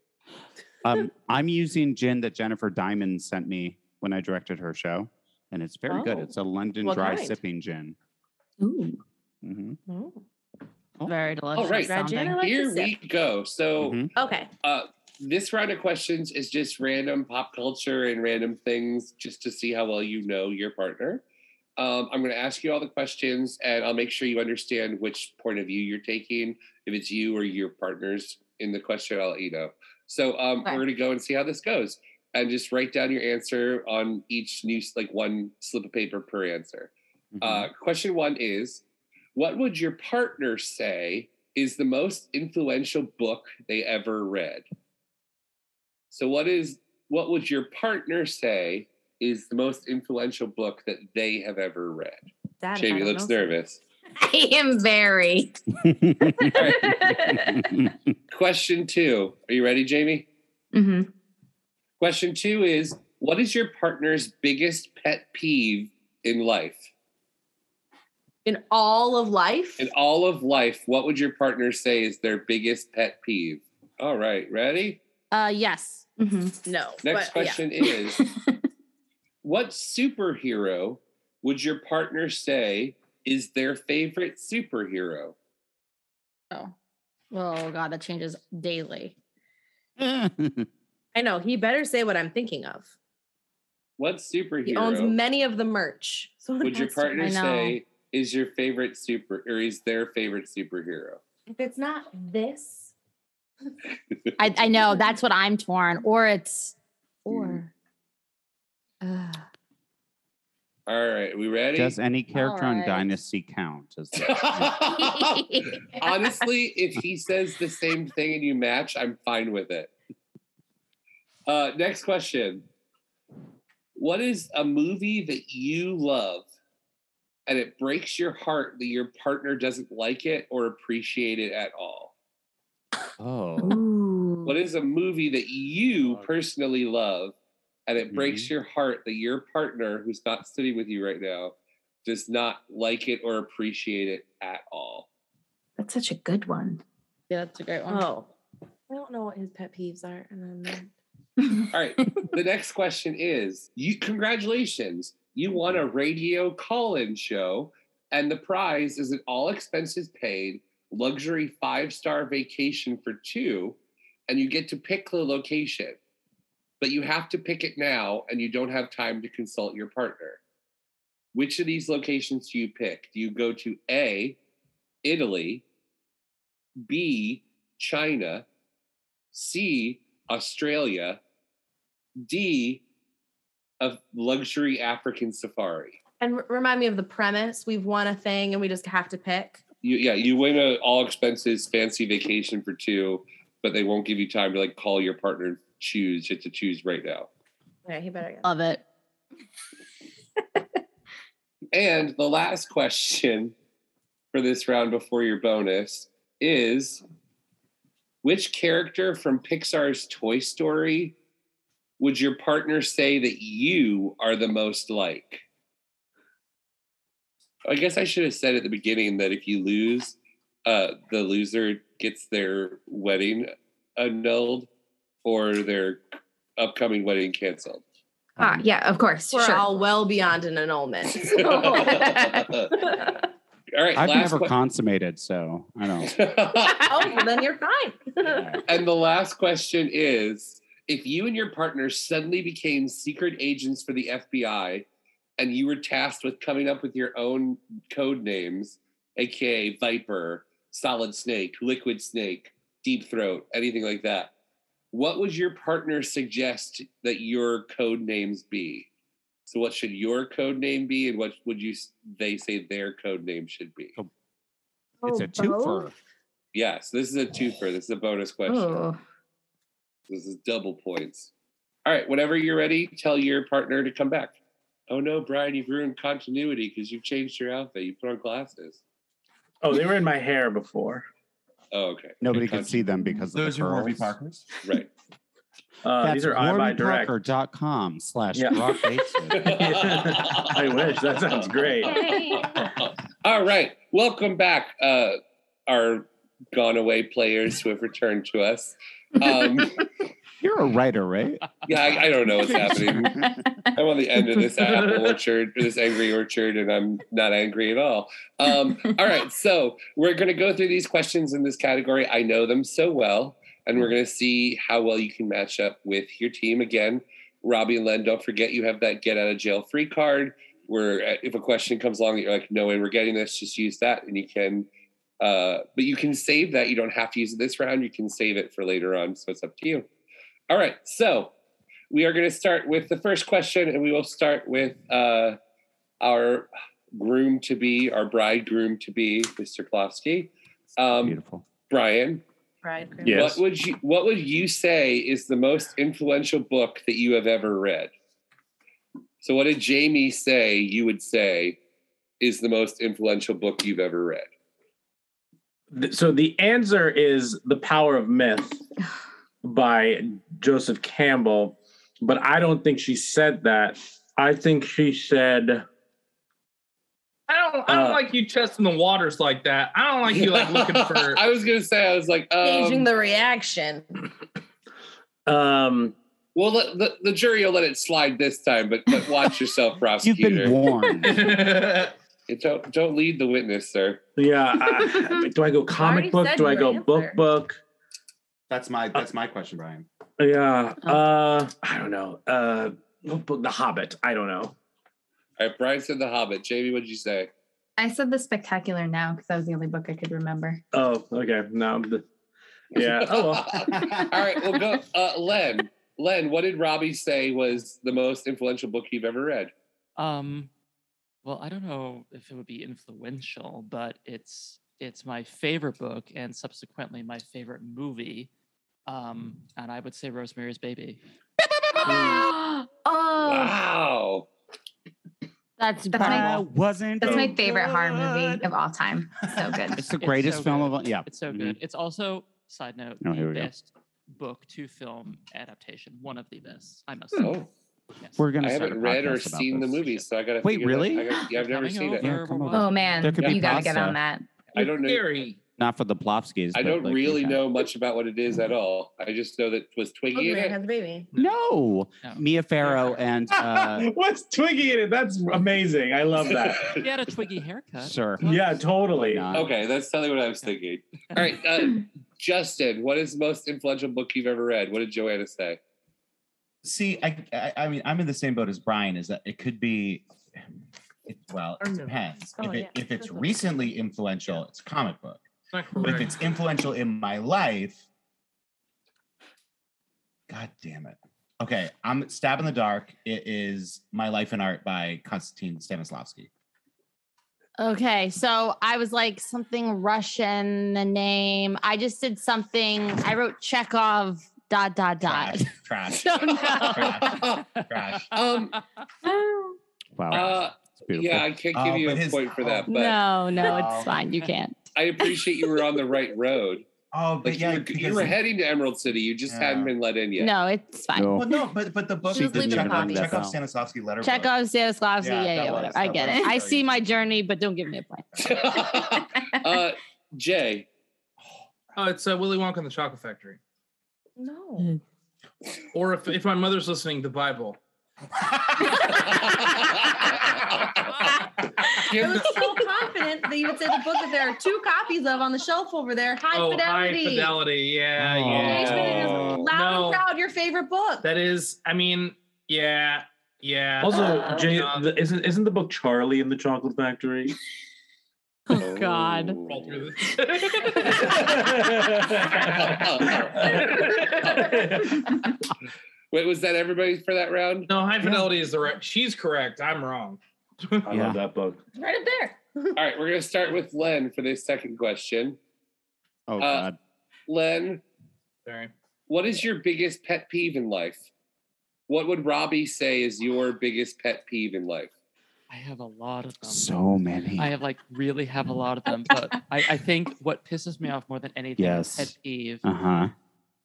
S3: Um, I'm using gin that Jennifer Diamond sent me when I directed her show, and it's very good.
S1: Oh.
S3: It's a London
S1: What
S3: dry
S1: kind?
S3: sipping gin.
S1: Ooh.
S3: hmm
S7: Mm-hmm.
S1: Very
S7: all
S1: delicious.
S7: right,
S1: sounding.
S7: here we go. So
S4: Okay.
S7: uh, this round of questions is just random pop culture and random things just to see how well you know your partner. Um, I'm going to ask you all the questions and I'll make sure you understand which point of view you're taking. If it's you or your partners in the question, I'll let you know. So um, we're going to go and see how this goes. and just write down your answer on each new, like one slip of paper per answer. Uh, question one is What would your partner say is the most influential book they ever read? So, what is what would your partner say is the most influential book that they have ever read?
S9: That I
S7: Jamie
S9: don't
S7: looks
S9: know.
S7: nervous.
S9: I am very.
S7: Question two. Are you ready, Jamie?
S9: Mhm.
S7: Question two is What is your partner's biggest pet peeve in life?
S4: in all of life.
S7: In all of life, what would your partner say is their biggest pet peeve? All right, ready?
S4: Uh, yes. No.
S7: Next
S4: but, yeah.
S7: question is What superhero would your partner say is their favorite superhero?
S4: Oh. oh God, that changes daily.
S3: what
S4: I know. He better say what I'm thinking of.
S7: superhero
S4: He owns many of the merch. So
S7: would your
S4: that's- I
S7: partner
S4: know.
S7: say is your favorite super or is their favorite superhero?
S4: If it's not this,
S1: I, I know that's what I'm torn. Or it's or
S7: Mm.
S1: Ugh.
S7: All right, we ready?
S3: Does any character on
S7: Alright.
S3: Dynasty count? As
S7: Honestly, if he says the same thing and you match, I'm fine with it. Uh, next question. What is a movie that you love and it breaks your heart that your partner doesn't like it or appreciate it at all?
S3: oh.
S7: What is a movie that you personally love and it breaks your heart that your partner, who's not sitting with you right now, does not like it or appreciate it at all?
S9: That's such a good one.
S4: yeah, that's a great one.
S9: Oh.
S4: I don't know what his pet peeves are. And then
S7: All right. the next question is you congratulations. You won a radio call-in show, and the prize is an all expenses paid luxury five-star vacation for two, and you get to pick the location. But you have to pick it now, and you don't have time to consult your partner. Which of these locations do you pick? Do you go to A, Italy, B, China, C, Australia, D, a luxury African safari.
S4: and r- remind me of the premise. We've won a thing and we just have to pick.
S7: You, yeah, you win an all expenses fancy vacation for two, but they won't give you time to like call your partner and choose. You have to choose right now.
S4: Yeah, he better get
S1: love it.
S7: And the last question for this round before your bonus is which character from Pixar's Toy Story would your partner say that you are the most like? I guess I should have said at the beginning that if you lose, uh, the loser gets their wedding annulled or their upcoming wedding canceled.
S9: Ah, yeah, of course.
S4: Um, We're
S9: sure.
S4: all well beyond an annulment.
S7: Oh, All right,
S3: I've
S7: last
S3: never
S7: que-
S3: consummated, so I don't.
S4: oh, well, then you're fine.
S7: and the last question is if you and your partner suddenly became secret agents for the FBI and you were tasked with coming up with your own code names, aka Viper, Solid Snake, Liquid Snake, Deep Throat, anything like that, what would your partner suggest that your code names be? So, what should your code name be, and what would you s- they say their code name should be?
S3: Oh,
S2: Oh,
S3: It's a twofer.
S7: Yes, this is a twofer. This is a bonus question.
S10: Oh.
S7: This is double points. All right, whenever you're ready, tell your partner to come back. Oh no, Brian, you've ruined continuity because you've changed your outfit. You put on glasses.
S5: Oh, they were in my hair before.
S7: Oh, okay.
S3: Nobody could see them because of
S5: Those
S3: the
S5: are Warby
S3: curls.
S5: Parkers?
S7: Right.
S5: Uh, these are I Buy Direct.
S3: com slash
S5: Yeah.
S3: Brock Bateson.
S5: I wish. That sounds great.
S7: All right, welcome back, uh, our gone away players who have returned to us. Um,
S3: You're a writer, right?
S7: yeah, I, I don't know what's happening. I'm on the end of this apple orchard, this angry orchard, and I'm not angry at all. Um, all right, so we're going to go through these questions in this category. I know them so well, and we're going to see how well you can match up with your team. Again, Robbie and Len, don't forget you have that get out of jail free card. Where uh, if a question comes along that you're like, no way, we're getting this, just use that, and you can. Uh, but you can save that. You don't have to use it this round. You can save it for later on. So it's up to you. All right, so we are going to start with the first question, and we will start with uh, our groom to be, our bridegroom to be, Mr. Plofsky. Um, Beautiful, Brian.
S4: Right.
S5: Yes.
S7: What would you What would you say is the most influential book that you have ever read? So, what did Jamie say? You would say is the most influential book you've ever read.
S5: Th- So the answer is The Power of Myth by Joseph Campbell, but I don't think she said that. I think she said
S6: I don't. I don't
S5: Uh,
S6: like you testing the waters like that. I don't like you like looking for.
S7: I was gonna say. I was like um,
S4: Gauging the reaction.
S5: Um,
S7: well, the, the, the jury will let it slide this time, but, but watch yourself, prosecutor.
S3: warned.
S7: You don't don't lead the witness, sir.
S5: Yeah. I- do I go comic
S7: already
S5: book?
S7: said
S5: Do I
S7: your
S5: go book
S7: answer.
S5: book?
S11: That's my that's my question, Brian.
S5: Yeah. Uh, I don't know. Uh, what book? The Hobbit. I don't know.
S7: All right, Brian said The Hobbit. Jamie, what'd you say?
S9: I said the spectacular now because that was the only book I could remember.
S5: Oh, okay. No. I'm the- yeah. Oh, well.
S7: All right, well, go. Uh, Len, Len, what did Robbie say was the most influential book you've ever read?
S10: Um, well, I don't know if it would be influential, but it's it's my favorite book and subsequently my favorite movie. Um, and I would say Rosemary's Baby.
S9: oh,
S7: Wow.
S9: that's
S3: That's my- I wasn't
S9: That's my
S3: so
S9: favorite horror movie of all time. So good.
S3: It's the greatest
S10: so
S3: film
S10: good.
S3: of all. Yeah,
S10: It's so good. It's also side note
S3: No, here
S10: the
S3: we go.
S10: best book to film adaptation. One of the best, I must
S7: Hmm.
S10: say.
S3: We're gonna.
S7: I
S3: start a
S7: haven't read or
S3: podcast about
S7: seen the
S3: this.
S7: movie, so I gotta.
S3: Wait,
S7: figure it out.
S3: really?
S7: I gotta- yeah, I've never
S10: Coming
S7: seen it.
S10: over, Yeah, come we'll over.
S9: Oh man,
S3: There could be
S9: you gotta get
S3: pasta.
S9: on that.
S7: I don't know.
S3: Not for the Plofskys.
S7: I
S3: but,
S7: don't
S3: like,
S7: really
S3: yeah.
S7: know much about what it is at all. I just know that was
S1: Oh,
S7: Twiggy in
S4: Rosemary
S7: it.
S4: has a baby.
S3: No, Mia Farrow and uh,
S5: What's Twiggy in it? That's amazing. I love that.
S10: He had a twiggy haircut.
S3: sir.
S5: Yeah, totally.
S7: Okay, that's telling what I was thinking. All right, uh, Justin, what is the most influential book you've ever read? What did Joanna say?
S11: See, I, I I mean, I'm in the same boat as Brian. Is that it could be, it, well,
S6: Or
S11: it
S6: no.
S11: depends.
S6: Oh,
S11: if, it,
S6: yeah.
S11: if it's recently influential, it's a comic book.
S6: It's not
S11: But if
S6: correct.
S11: it's influential in my life, God damn it. Okay, I'm Stab in the Dark. It is My Life in Art by Konstantin Stanislavski.
S1: Okay, so I was like something Russian, the name. I just did something. I wrote Chekhov dot dot dot.
S11: Trash.
S1: So no.
S11: Trash.
S7: Um,
S3: Wow.
S7: Uh,
S3: Uh,
S7: yeah, I can't give
S11: Oh,
S7: you a
S11: but his-
S7: point for that, but
S1: no, no,
S11: Oh.
S3: Um,
S1: it's fine. You can't.
S7: I appreciate you were on the right road.
S11: Oh, but
S7: Like, you
S11: yeah,
S7: were- you were,
S11: because-
S7: heading to Emerald City. You just
S11: Yeah.
S7: hadn't been let in yet.
S1: No, it's fine.
S11: Well, no, but but the book
S1: She
S11: is
S1: was leaving a
S11: Chekhov,
S1: copy.
S11: Chekhov Stanislavski letter.
S1: Chekhov, Stanislavski,
S11: Yeah,
S1: yeah, yeah,
S11: that was-
S1: whatever. I
S11: that
S1: get
S11: was
S1: it. I
S11: very
S1: see my journey, but don't give me a point.
S7: uh, Jay,
S6: Oh, it's uh, Willy Wonka and the Chocolate Factory.
S4: No.
S6: Or if, if my mother's listening, the Bible.
S4: I was so confident that you would say the book that there are two copies of on the shelf over there. High
S6: oh,
S4: fidelity.
S6: High Fidelity. Yeah,
S4: Oh.
S6: yeah.
S4: Loud
S6: No.
S4: and proud, your favorite book.
S6: That is, I mean, yeah, yeah.
S4: Oh,
S5: Also, Jay,
S6: Um,
S5: the, isn't isn't the book Charlie in the Chocolate Factory?
S1: Oh God.
S6: roll uh, through this.
S7: wait, was that everybody for that round?
S6: No, High Fidelity is the right. She's correct. I'm wrong.
S5: I love that book.
S4: Right up there.
S7: All right, we're gonna start with Len for this second question.
S3: Oh
S7: God, Len,
S6: Sorry.
S7: what is your biggest pet peeve in life? What would Robbie say is your biggest pet peeve in life?
S10: I have a lot of them.
S3: So many.
S10: I have like really have a lot of them, but I, I think what pisses me off more than anything
S3: Yes.
S10: is pet peeve
S3: Uh huh.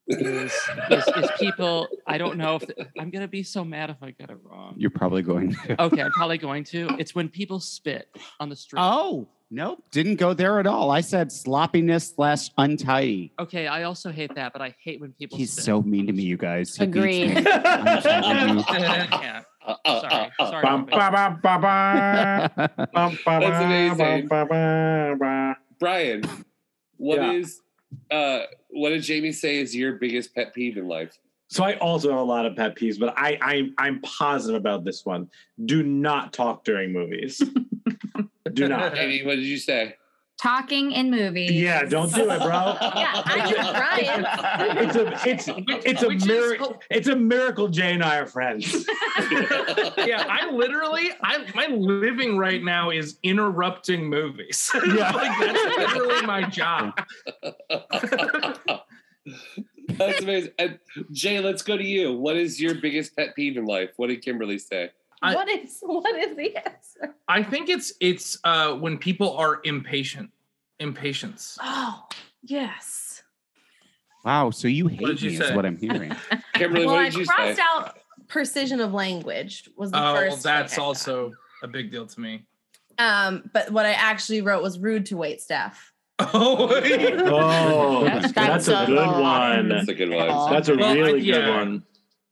S10: is, is, is people. I don't know if I'm gonna be so mad if I get it wrong.
S3: You're probably going to.
S10: Okay, I'm probably going to. It's when people spit on the street.
S3: Oh nope, didn't go there at all. I said sloppiness slash untidy.
S10: Okay, I also hate that, but I hate when people.
S3: He's
S10: spit.
S3: so mean to me, you guys. He beats
S10: Agreed.
S3: me. I'm telling you.
S10: I can't. Sorry. Sorry.
S5: Bum, ba, ba, ba, ba. Bum, ba,
S7: That's
S5: ba,
S7: amazing.
S5: ba, ba, ba,
S7: Brian, what
S5: Yeah.
S7: is uh, what did Jamie say is your biggest pet peeve in life?
S5: So I also have a lot of pet peeves, but I, I I'm positive about this one. Do not talk during movies. Do not.
S7: Jamie, what did you say?
S9: talking in movies.
S5: Yeah, don't do it, bro.
S9: yeah, I know Brian.
S5: It's a it's it's a miracle. It's a miracle. Jay and I are friends.
S6: yeah, I literally, I my living right now is interrupting movies.
S5: Yeah.
S6: like that's literally my job.
S7: That's amazing. And Uh, Jay, let's go to you. What is your biggest pet peeve in life? What did Kimberly say?
S4: what is what is the answer?
S6: I think it's it's uh when people are impatient. Impatience.
S4: Oh yes.
S3: Wow, so you
S6: What
S3: hate
S6: did you
S3: me is
S6: say?
S3: what I'm hearing.
S7: Kimberly,
S4: well, I crossed out precision of language was the
S6: Oh, well,
S4: first.
S6: that's also a big deal to me.
S4: Um, but what I actually wrote was rude to wait staff.
S5: Oh,
S6: That's-
S5: that's,
S6: that's
S5: a,
S6: a
S5: good
S6: lot.
S5: one.
S6: That's a
S7: good
S6: one.
S5: That's a
S6: Well, I-
S5: really good
S6: yeah.
S5: one.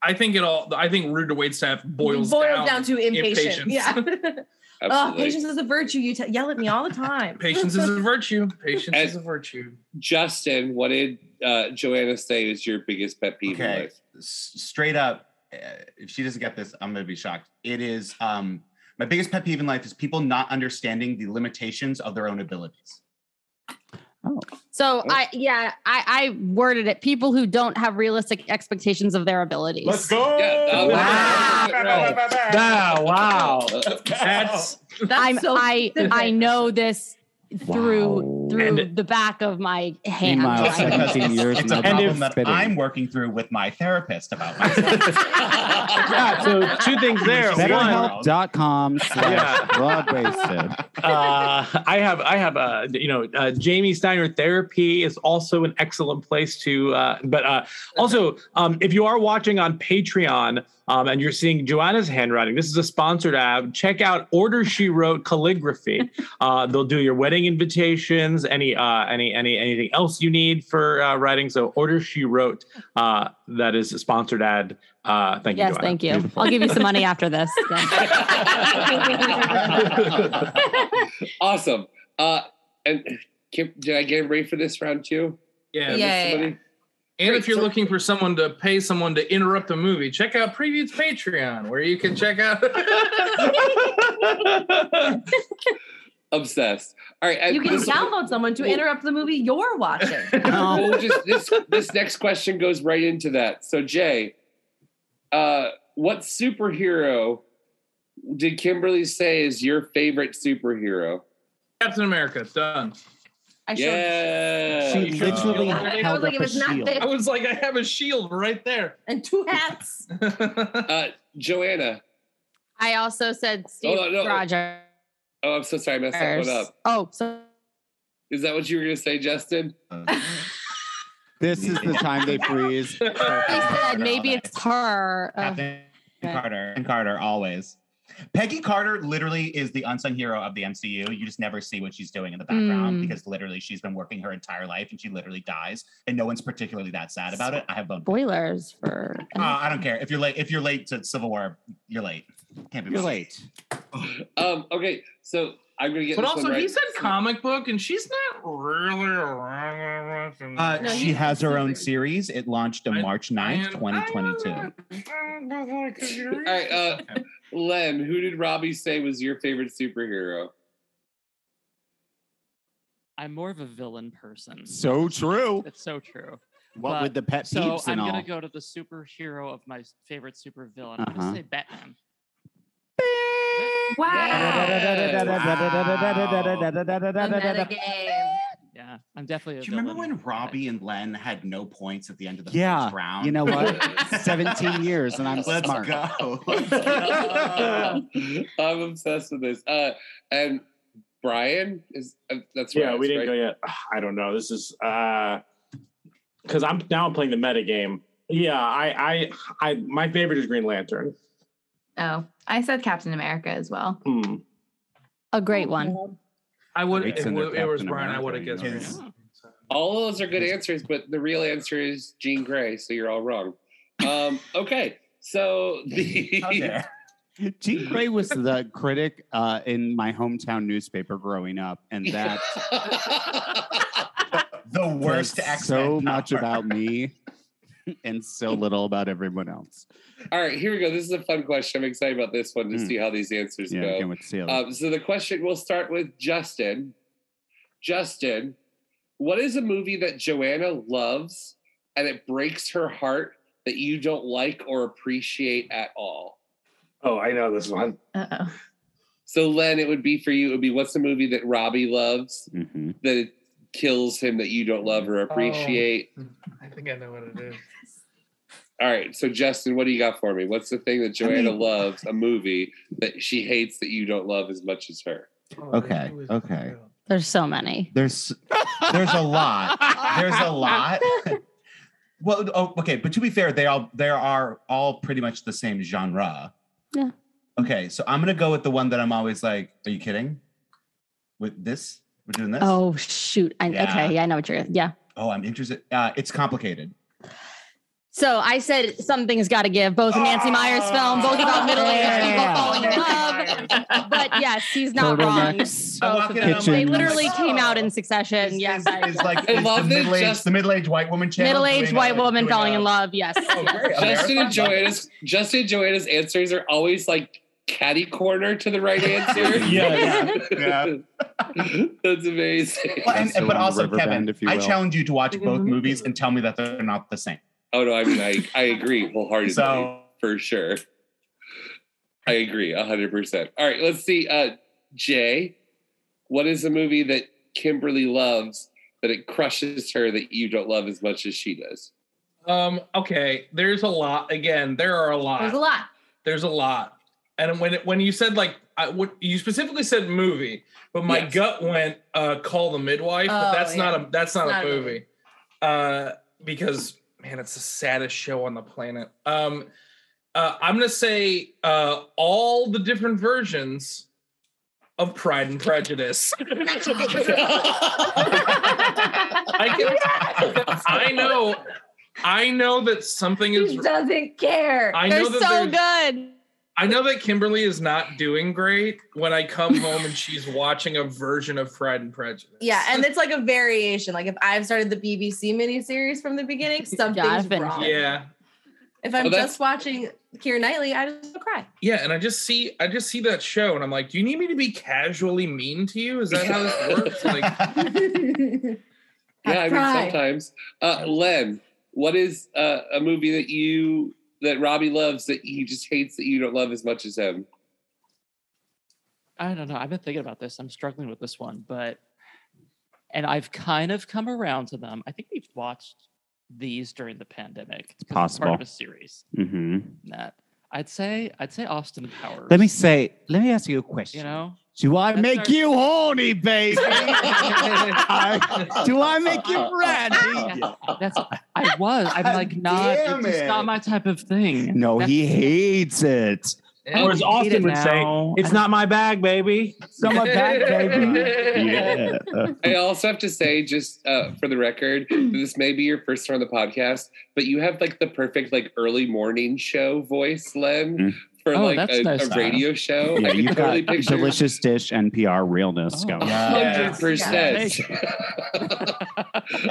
S6: I think it all. I think rude to waitstaff boils,
S4: Boiled down, to impatient. Yeah. oh, patience is a virtue. You t- yell at me all the time.
S6: Patience is a virtue. Patience
S7: And-
S6: is a virtue.
S7: Justin, what did uh, Joanna say is your biggest pet peeve in
S11: Okay,
S7: life?
S11: s- straight up, uh, if she doesn't get this, I'm gonna be shocked. It is um my biggest pet peeve in life is people not understanding the limitations of their own abilities.
S1: So I yeah, I, I worded it. People who don't have realistic expectations of their abilities.
S5: Let's go. Ah, wow. That's
S1: I'm,
S5: so
S1: I I
S5: specific.
S1: know this through through the back of my hand.
S3: Meanwhile,
S1: I know.
S3: 17 years
S11: it's a
S3: and I'm
S11: problem that
S3: spitting.
S11: I'm working through with my therapist about myself.
S5: yeah, so two things there. One,
S3: BetterHelp.com slash broadwasted.
S5: uh, I have, I have, uh, you know, uh, Jamie Steiner therapy is also an excellent place to, uh, but uh, also um, if you are watching on Patreon um, and you're seeing Joanna's handwriting, this is a sponsored ad. Check out Order She Wrote Calligraphy. Uh, they'll do your wedding invitations, any, uh, any, any, anything else you need for uh, writing. So Order She Wrote, uh, that is a sponsored ad. Uh, thank you.
S1: yes,
S5: Joanna.
S1: thank you. I'll give you some money after this. Yeah.
S7: awesome. Uh, and Kim, did I get him ready for this round too?
S6: Yeah.
S7: Did I miss somebody?
S6: And if you're looking for someone to pay someone to interrupt a movie, check out Preview's Patreon, where you can check out.
S7: Obsessed. All right. and
S4: You can
S7: this-
S4: download someone to interrupt the movie you're watching.
S7: We'll just- this, this next question goes right into that. So, Jay, uh, what superhero did Kimberly say is your favorite superhero?
S6: Captain America, done.
S7: I showed- Yeah.
S6: You
S7: She
S6: showed me
S7: literally
S6: the shield.
S7: held I was like, up it a was not shield. this.
S6: I was like, I have a shield right there.
S4: And two hats.
S7: uh, Joanna.
S1: I also said Steve
S7: Oh, no, no.
S1: Rogers.
S7: Oh, I'm so sorry. I messed that one up.
S1: Oh, so
S7: Is that what you were going to say, Justin?
S3: This is the time they freeze.
S1: he said maybe it's her. Uh,
S11: Peggy Carter and Carter always. Peggy Carter literally is the unsung hero of the MCU. You just never see what she's doing in the background
S1: Mm.
S11: because literally she's been working her entire life and she literally dies and no one's particularly that sad about it. I have bone.
S1: spoilers for
S3: Oh,
S11: Uh, I don't care if you're late. If you're late to Civil War, you're late. Can't be
S3: You're
S11: late.
S7: Um, okay. So, I'm going to get
S6: But
S7: this
S6: also,
S7: one right.
S6: he said comic book, and she's not really.
S11: Uh,
S6: Uh,
S11: she has her own series. It launched on March 9th,
S7: uh,
S11: 2022.
S7: All right, uh, Len, who did Robbie say was your favorite superhero?
S10: I'm more of a villain person.
S3: So true.
S10: It's so true.
S3: What
S10: But-
S3: with the pet
S10: So
S3: peeves
S10: I'm
S3: and all?
S10: gonna go to the superhero of my s- favorite supervillain. I'm
S3: Uh-huh.
S10: gonna say Batman. Yeah, I'm definitely. A
S11: Do you remember when Robbie and Len had no points at the end of the
S3: Yeah,
S11: first round?
S3: you know what? 17 years and I'm
S11: Let's
S3: smart.
S11: go.
S6: Uh.
S7: I'm obsessed with this. Uh, and Brian is uh, that's
S5: yeah,
S7: Ryan's,
S5: we didn't
S7: right?
S5: go yet. Ugh, I don't know. This is uh because I'm now I'm playing the meta game. Yeah, I I I my favorite is Green Lantern.
S9: Oh, I said Captain America as well. Oh,
S5: Hmm.
S1: a great one.
S6: I would.
S11: Greats
S6: It,
S11: in their
S6: wa- it was
S11: Captain
S6: Brian. I
S11: America,
S6: would have
S11: you know.
S6: guessed. Brian.
S7: All of those are good answers, but the real answer is Jean Grey. So you're all wrong. Um, okay, so the
S3: Jean Grey was the critic uh, in my hometown newspaper growing up, and that
S11: the worst
S3: says
S11: accent.
S3: So much about me, and so little about everyone else.
S7: all right, here we go. This is a fun question. I'm excited about this
S11: Hmm.
S7: one to see how these answers
S3: Yeah,
S7: go.
S3: again with Celia.
S7: Um, so the question we'll start with Justin. Justin, what is a movie that Joanna loves and it breaks her heart that you don't like or appreciate at all?
S15: Oh, I know this one.
S9: Uh-oh.
S7: So, Len, it would be for you. It would be what's the movie that Robbie loves that it kills him that you don't love or
S3: Oh.
S7: appreciate?
S6: I think I know what it is.
S7: All right. So, Justin, what do you got for me? What's the thing that Joanna loves, a movie that she hates that you don't love as much as her?
S3: Okay. Okay.
S1: There's so many.
S3: There's there's a lot. There's a lot. well, oh, okay, but to be fair, they all there are all pretty much the same genre.
S1: Yeah.
S3: Okay, so I'm gonna go with the one that I'm always like, are you kidding? With this, we're doing this.
S1: Oh shoot! I,
S3: Yeah.
S1: Okay, yeah, I know what you're. Yeah.
S3: Oh, I'm interested. Uh, it's complicated.
S1: So I said something's got to give. Both a Nancy Myers film, both about middle-aged people falling in love. But yes, he's not wrong.
S3: Turtlenecks. I walk in and I'm like,
S1: They literally came out in succession. Yes, I
S3: It's like
S7: I
S3: it's
S7: love
S3: the
S7: that
S3: middle-aged,
S7: just-
S3: the middle-aged white woman channel.
S1: middle-aged
S3: doing
S1: white
S3: a-
S1: woman
S3: doing
S1: falling
S3: a- Oh,
S1: in love. Yes.
S7: Justin and Joanna's Justin and Joanna's answers are always like catty corner to the right answer.
S3: Yeah, yeah,
S7: That's amazing.
S3: Well, and- but also, Kevin, I challenge you to watch
S10: Mm-hmm.
S3: both
S7: Mhm.
S3: movies and tell me that they're not the same.
S7: Oh no, I mean I, I agree wholeheartedly
S3: So-
S7: for sure. I agree hundred percent. All right, let's see. Uh Jay, what is a movie that Kimberly loves that it crushes her that you don't love as much as she does?
S6: Um, okay, there's a lot. Again, there are a lot.
S9: There's a lot.
S6: There's a lot. And when it, when you said like I, what you specifically said movie, but my
S5: Yes.
S6: gut went uh, call the midwife, but
S5: Oh,
S6: that's not
S5: yeah.
S6: a that's not,
S5: It's not
S6: a
S5: a
S6: movie. Uh, because man, it's the saddest show on the planet. Um, uh, I'm gonna say uh, all the different versions of Pride and Prejudice. I can. I know. I know that something is.
S9: doesn't care.
S6: I know
S9: They're
S6: that
S9: so
S1: good.
S6: I know that Kimberly is not doing great when I come home and she's watching a version of Pride and Prejudice.
S4: Yeah, and it's like a variation. Like if I've started the BBC miniseries from the beginning, something's wrong.
S6: Yeah,
S4: If I'm
S6: Well, that's-
S4: just watching Keira Knightley, I just cry.
S6: yeah, and I just see, I just see that show, and I'm like, do you need me to be casually mean to you? Is that how this works? Like,
S7: Yeah, I
S6: Pride.
S7: mean sometimes. Uh Len, what is uh, a movie that you that Robbie loves that he just hates that you don't love as much as him?
S10: I don't know. I've been thinking about this. I'm struggling with this one, but and I've kind of come around to them. I think we've watched these during the pandemic. It's
S3: possible.
S10: part of a series.
S3: Mm-hmm.
S10: That I'd say I'd say Austin Powers.
S3: Let me say. Let me ask you a question.
S10: You know,
S3: Do I make
S10: our-
S3: you horny, baby? I- do I make you ratty?
S10: That's I was. I'm like not.
S3: Damn
S10: It's just not
S3: it.
S10: my type of thing.
S3: No, he
S10: That's-
S3: hates it.
S10: I
S5: Or as
S10: hate
S5: Austin
S10: it
S5: would
S10: now.
S5: say, it's
S10: I-
S5: not my bag, baby. It's not my bag, baby.
S3: Yeah.
S7: I also have to say, just uh, for the record, this may be your first time on the podcast, but you have like the perfect like early morning show voice, Len, for
S3: Oh,
S7: like
S3: that's
S7: a,
S3: nice.
S7: a radio show.
S3: Yeah,
S7: I can
S3: you've
S7: totally
S3: got
S7: picture Oh.
S3: delicious dish NPR realness going.
S7: hundred percent. All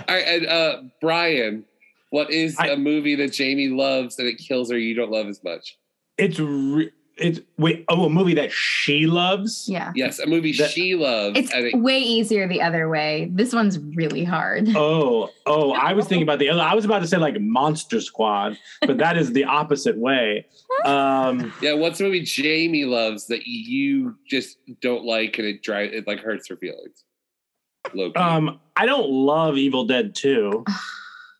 S7: right, and uh, Brian, what is a movie that Jamie loves that it kills her you don't love as much?
S5: It's re- it's wait oh a movie that she loves.
S9: Yeah.
S7: Yes, a movie she loves.
S9: It's
S7: and it-
S9: way easier the other way. This one's really hard.
S5: Oh, oh, I was thinking about the other. I was about to say like Monster Squad, but that is the opposite way. Um,
S7: yeah, what's a movie Jamie loves that you just don't like and it drives it like hurts her feelings? Loki.
S5: um, I don't love Evil Dead 2.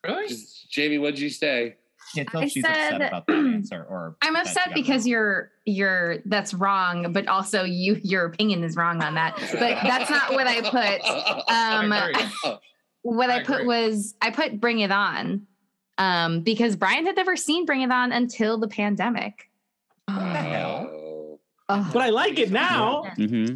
S6: Really?
S7: Jamie, what'd you say?
S3: Can't
S9: tell if I she's upset said- about
S3: that answer. Or
S9: I'm upset because you're you're that's wrong, but also you your opinion is wrong on that. But that's not what I put. Um, what I, put was I put Bring It On, um, because Brian had never seen Bring It On until the pandemic.
S7: Oh.
S5: But I like it now.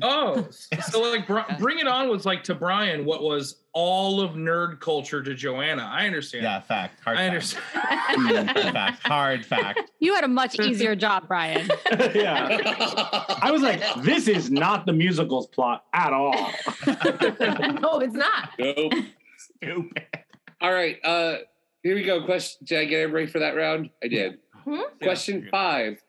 S6: Oh, so like Bri- Bring It On was like to Brian what was all of nerd culture to Joanna. I understand. Yeah,
S3: fact. Hard
S6: I understand.
S3: fact. Hard fact.
S1: You had a much easier job, Brian.
S5: yeah. I was like, this is not the musicals plot at all.
S9: no, it's not.
S7: Nope.
S3: Stupid.
S7: All right. Uh here we go. Question did I get everybody for that round? I did.
S9: Hmm?
S7: Question five.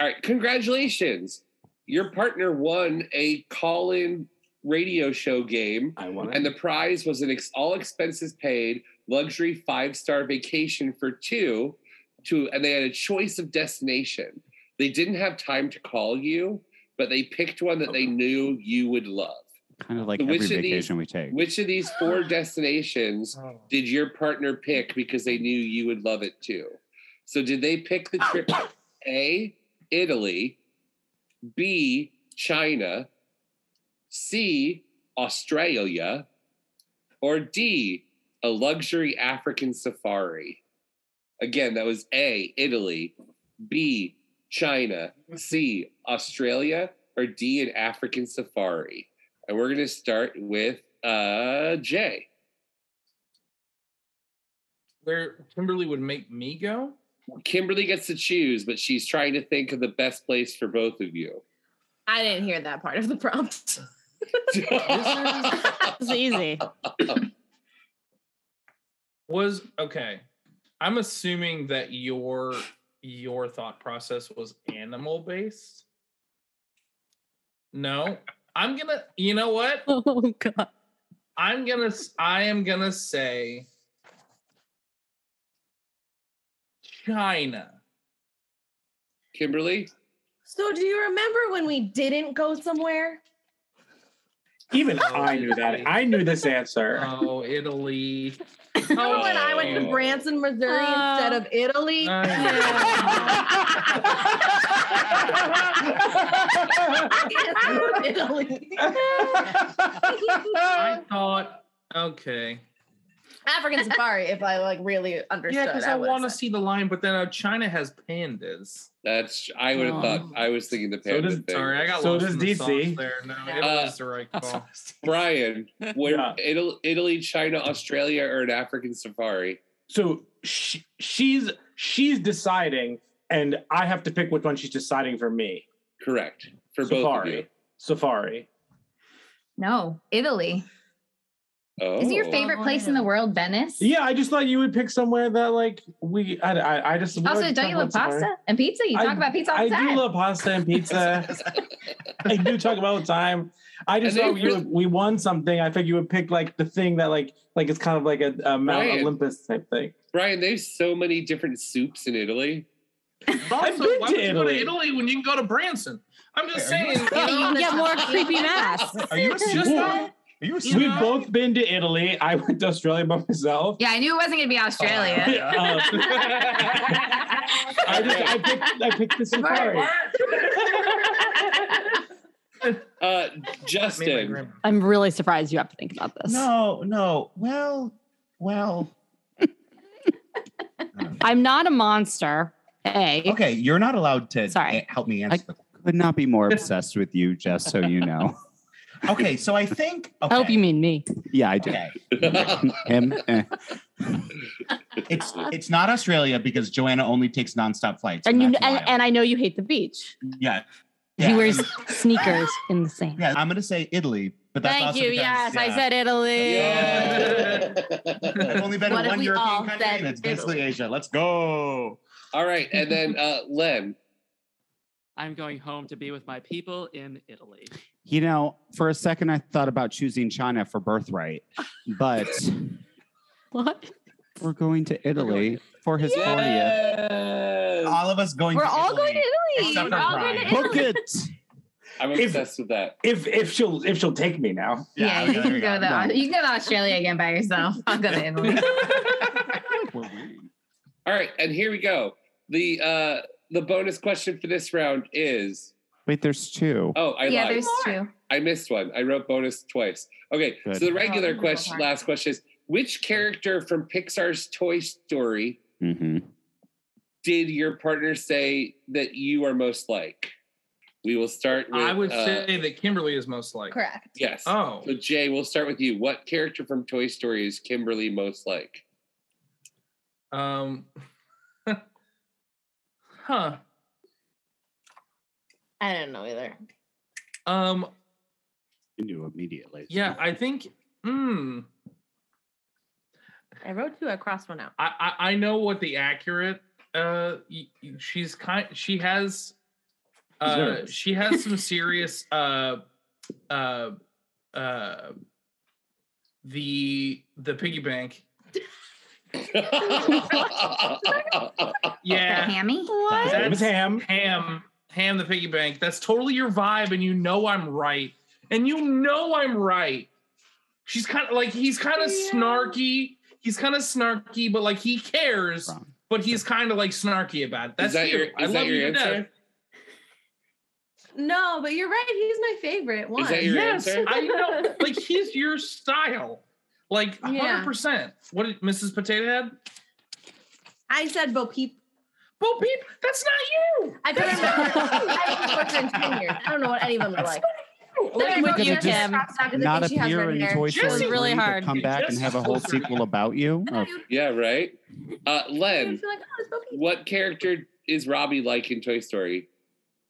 S7: All right, congratulations. Your partner won a call-in radio show game.
S15: I won.
S7: And the prize was an ex- all expenses paid luxury five star vacation for two. To and they had a choice of destination. They didn't have time to call you, but they picked one that they knew you would love.
S3: Kind of like
S7: So
S3: every
S7: which of
S3: vacation we
S7: these,
S3: take.
S7: Which of these four destinations did your partner pick because they knew you would love it too? So did they pick the trip A, Italy, B, China, C, Australia, or D, a luxury African safari? Again, that was A, Italy, B, China, C, Australia, or D, an African safari? And we're going to start with uh, Jay.
S6: Where Kimberly would make me go?
S7: Kimberly gets to choose, but she's trying to think of the best place for both of you.
S4: I didn't hear that part of the prompt.
S1: It's easy.
S6: Was okay. I'm assuming that your your thought process was animal based. No, I'm gonna. You know what?
S1: Oh god.
S6: I'm gonna. s- I am gonna say China.
S7: Kimberly.
S4: So, do you remember when we didn't go somewhere?
S15: Even
S9: Oh,
S15: I knew that. I knew this answer.
S6: Oh, Italy.
S4: Remember when I went
S7: Oh.
S4: to Branson, Missouri instead of Italy? I went to Italy.
S6: I thought. Okay.
S4: African safari, if I like really understood.
S6: Yeah, because I,
S4: I would
S6: want to see the lion, but then uh, China has pandas.
S7: That's I would have thought I was thinking the
S6: Oh. So
S7: panda
S6: does-
S7: thing.
S6: sorry, I got lost in the sauce there. No,
S7: Uh,
S6: Italy is the right call.
S7: Brian, where Italy, Italy, China, Australia, or an African safari?
S5: So she, she's she's deciding, and I have to pick which one she's deciding for me.
S7: Correct for
S5: Safari.
S7: both of you.
S5: Safari.
S9: No, Italy.
S7: Oh.
S9: Isn't your favorite place in the world Venice?
S5: Yeah, I just thought you would pick somewhere that like we. I I, I just we
S9: Also,
S5: already
S9: don't
S5: talked
S9: you love
S5: about
S9: pasta
S5: Safari.
S9: and pizza? You
S5: I-
S9: talk about pizza all the
S5: I
S9: time.
S5: do love pasta and pizza. I do talk about it all the time. I just
S7: And
S5: thought
S7: they
S5: you would, we won something. I think you would pick like the thing that like like it's kind of like a, a Mount
S7: Right.
S5: Olympus type thing.
S7: Brian, there's so many different soups in Italy.
S6: Also, why
S5: been to
S6: would you go to
S5: Italy.
S6: Italy when you can go to Branson? I'm just
S5: Are you-
S6: saying.
S1: Yeah, you can get more creepy masks.
S5: Are you a sequel?
S3: you
S5: We've both been to Italy. I went to Australia by myself.
S9: yeah, I knew it wasn't going to be Australia.
S5: I just I picked I picked the safari.
S7: Uh, Justin.
S1: I'm really surprised you have to think about this.
S3: No, no. Well, well.
S1: I'm not a monster. A.
S3: Okay, you're not allowed to
S1: Sorry.
S3: help me answer. I could not be more obsessed with you, just so you know. okay, so I think.
S1: I hope you mean me.
S3: Yeah, I do. Him. eh. It's it's not Australia because Joanna only takes nonstop flights.
S1: And you
S3: that's
S1: and,
S3: wild.
S1: and I know you hate the beach.
S3: yeah.
S1: He wears sneakers in the sand.
S3: Yeah, I'm gonna say Italy, but that's
S1: Thank
S3: also
S1: you.
S3: because-
S1: yes, I
S3: yeah.
S1: said Italy.
S3: I've only been
S1: What
S3: in
S1: if
S3: one
S1: we
S3: European
S1: all
S3: country,
S1: said
S3: and it's basically Asia. Let's go.
S7: All right, and then uh, Len.
S10: I'm going home to be with my people in Italy.
S3: You know, for a second, I thought about choosing China for birthright, but
S1: what?
S3: We're going to Italy for his 40th. All of us going.
S9: We're
S3: to
S9: all
S3: Italy.
S9: going to Italy.
S3: Except
S9: We're
S3: for
S9: all going to
S3: Brian.
S9: Italy.
S3: Book it.
S7: I'm obsessed with that.
S5: If if she'll if she'll take me now.
S9: Yeah, you can go to you can go to Australia again by yourself. I'll go to Italy.
S7: All right, and here we go. The uh, the bonus question for this round is
S3: Wait, there's two.
S7: oh, I
S9: yeah,
S7: lied.
S9: there's two.
S7: I missed one. I wrote bonus twice. Okay,
S3: Good.
S7: so the
S9: Oh,
S7: regular
S9: you wrote
S7: question,
S9: hard.
S7: last question is: Which character from Pixar's Toy Story
S3: Mm-hmm.
S7: did your partner say that you are most like? We will start with.
S6: I would
S7: uh,
S6: say that Kimberly is most likely.
S9: Correct.
S7: yes.
S6: Oh.
S7: So Jay, we'll start with you. What character from Toy Story is Kimberly most like?
S6: Um. huh.
S4: I don't know either.
S6: Um.
S3: You knew immediately.
S6: Yeah, I think. Hmm.
S4: I wrote two. I crossed one out.
S6: I, I I know what the accurate uh y- y- she's kind she has uh
S5: Reserves.
S6: she has some serious uh uh uh, the the piggy bank. yeah,
S9: Oh, The hammy?
S6: What?
S9: It was
S6: ham. Ham. Ham the piggy bank. That's totally your vibe, and you know I'm right. And you know I'm right. She's kind of like he's kind of snarky. He's kind of snarky, but like he cares. But he's kind of like snarky about it. That's
S7: that
S6: you.
S7: your-
S6: I
S7: is
S6: love
S7: that your
S6: you to death.
S7: answer?
S4: No, but you're right. He's my favorite one.
S6: yes, I know. Like he's your style. Like hundred
S4: Yeah.
S6: percent. What did Mrs. Potato Head?
S4: I said Bo Peep.
S6: Bo Peep? That's not you.
S4: I couldn't remember. I was in 10 years. I don't know what any of them were like. Sorry,
S1: I'm
S4: Bo
S1: gonna
S4: Peep.
S1: just Kim.
S4: That's not gonna
S3: Not
S4: think she has
S3: appear
S4: red
S3: in
S4: hair.
S3: Toy Story
S4: It's really
S3: 3, but
S4: hard.
S3: come back and have a whole sequel about you. Oh,
S7: yeah, right. Uh, Len,
S4: You're like, oh, it's Bo Peep.
S7: what character is Robbie like in Toy Story?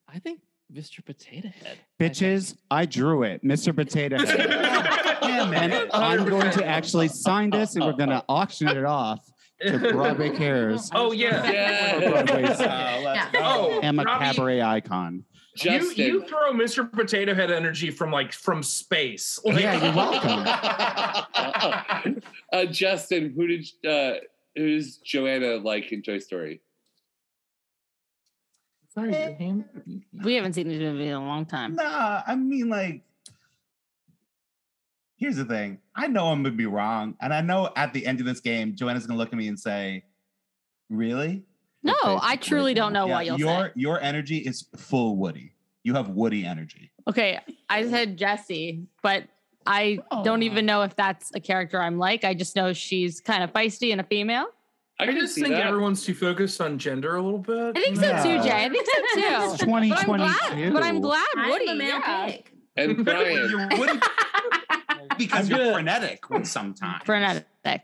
S10: I think Mr. Potato Head.
S3: bitches, I drew it, Mr. Potato Head. and I'm going to actually sign this, and we're going to auction it off to Broadway Cares.
S6: Oh yeah.
S3: Yeah. Broadway singers.
S6: Oh,
S3: I'm a
S6: Robbie,
S3: cabaret icon.
S6: You, you throw Mr. Potato Head energy from like from space.
S3: Yeah, you're welcome.
S7: Uh, Justin, who did uh, who's Joanna like in Toy Story?
S1: Eh. We haven't seen this movie in a long time.
S11: Nah, I mean, like, here's the thing. I know I'm gonna be wrong, and I know at the end of this game, Joanna's gonna look at me and say, "Really?
S1: No, I truly don't know
S11: Yeah,
S1: what you'll
S11: your
S1: say.
S11: your energy is full Woody. You have Woody energy.
S1: Okay, I said Jesse, but I
S3: Oh.
S1: don't even know if that's a character I'm like. I just know she's kind of feisty and a female.
S6: I, just think everyone's too focused on gender a little bit.
S1: I think so too, Jay. I think so too.
S6: It's
S1: But I'm glad,
S6: 2022.
S1: but I'm glad
S4: I'm
S1: Woody.
S4: the male
S1: yeah.
S7: And Brian,
S11: because you're frenetic sometimes.
S1: Frenetic.
S6: I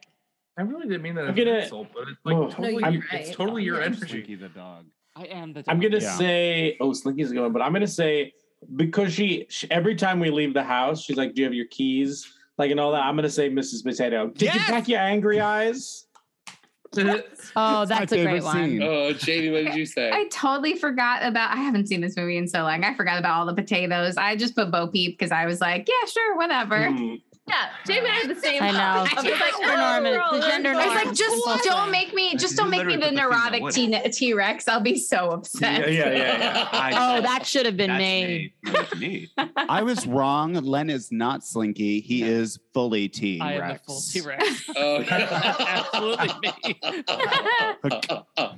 S6: really didn't mean that
S15: I'm
S6: as
S15: gonna-
S6: an insult, but it's like
S15: Oh,
S6: totally,
S15: I'm-
S6: it's totally your energy.
S11: the dog.
S10: I am the.
S15: I'm
S10: dog.
S15: gonna say, oh, Slinky's going, but I'm gonna say because she, she every time we leave the house, she's like, "Do you have your keys?" Like and all that. I'm gonna say, Mrs. Potato, did you pack your angry eyes?
S1: Oh,
S15: that's a great one.
S7: Oh, Jamie, what did you say?
S9: I totally forgot about. I haven't seen this movie in so long. I forgot about all the potatoes. I just put Bo Peep because I was like, yeah, sure, whatever.
S7: Hmm.
S4: Yeah, Jamie and I had the same.
S9: I know.
S4: I was
S9: The
S4: like,
S9: gender
S4: oh,
S9: norm is-
S4: girl,
S9: the
S4: that's so
S9: gender norm. I was like,
S4: funny.
S9: just
S4: What?
S9: don't make me, just don't make me the neurotic T Rex. I'll be so upset.
S1: oh, that should have been me.
S3: I was wrong. Len is not Slinky. He is fully T
S10: I am the
S3: Rex.
S10: full T Rex.
S7: Oh,
S10: absolutely me.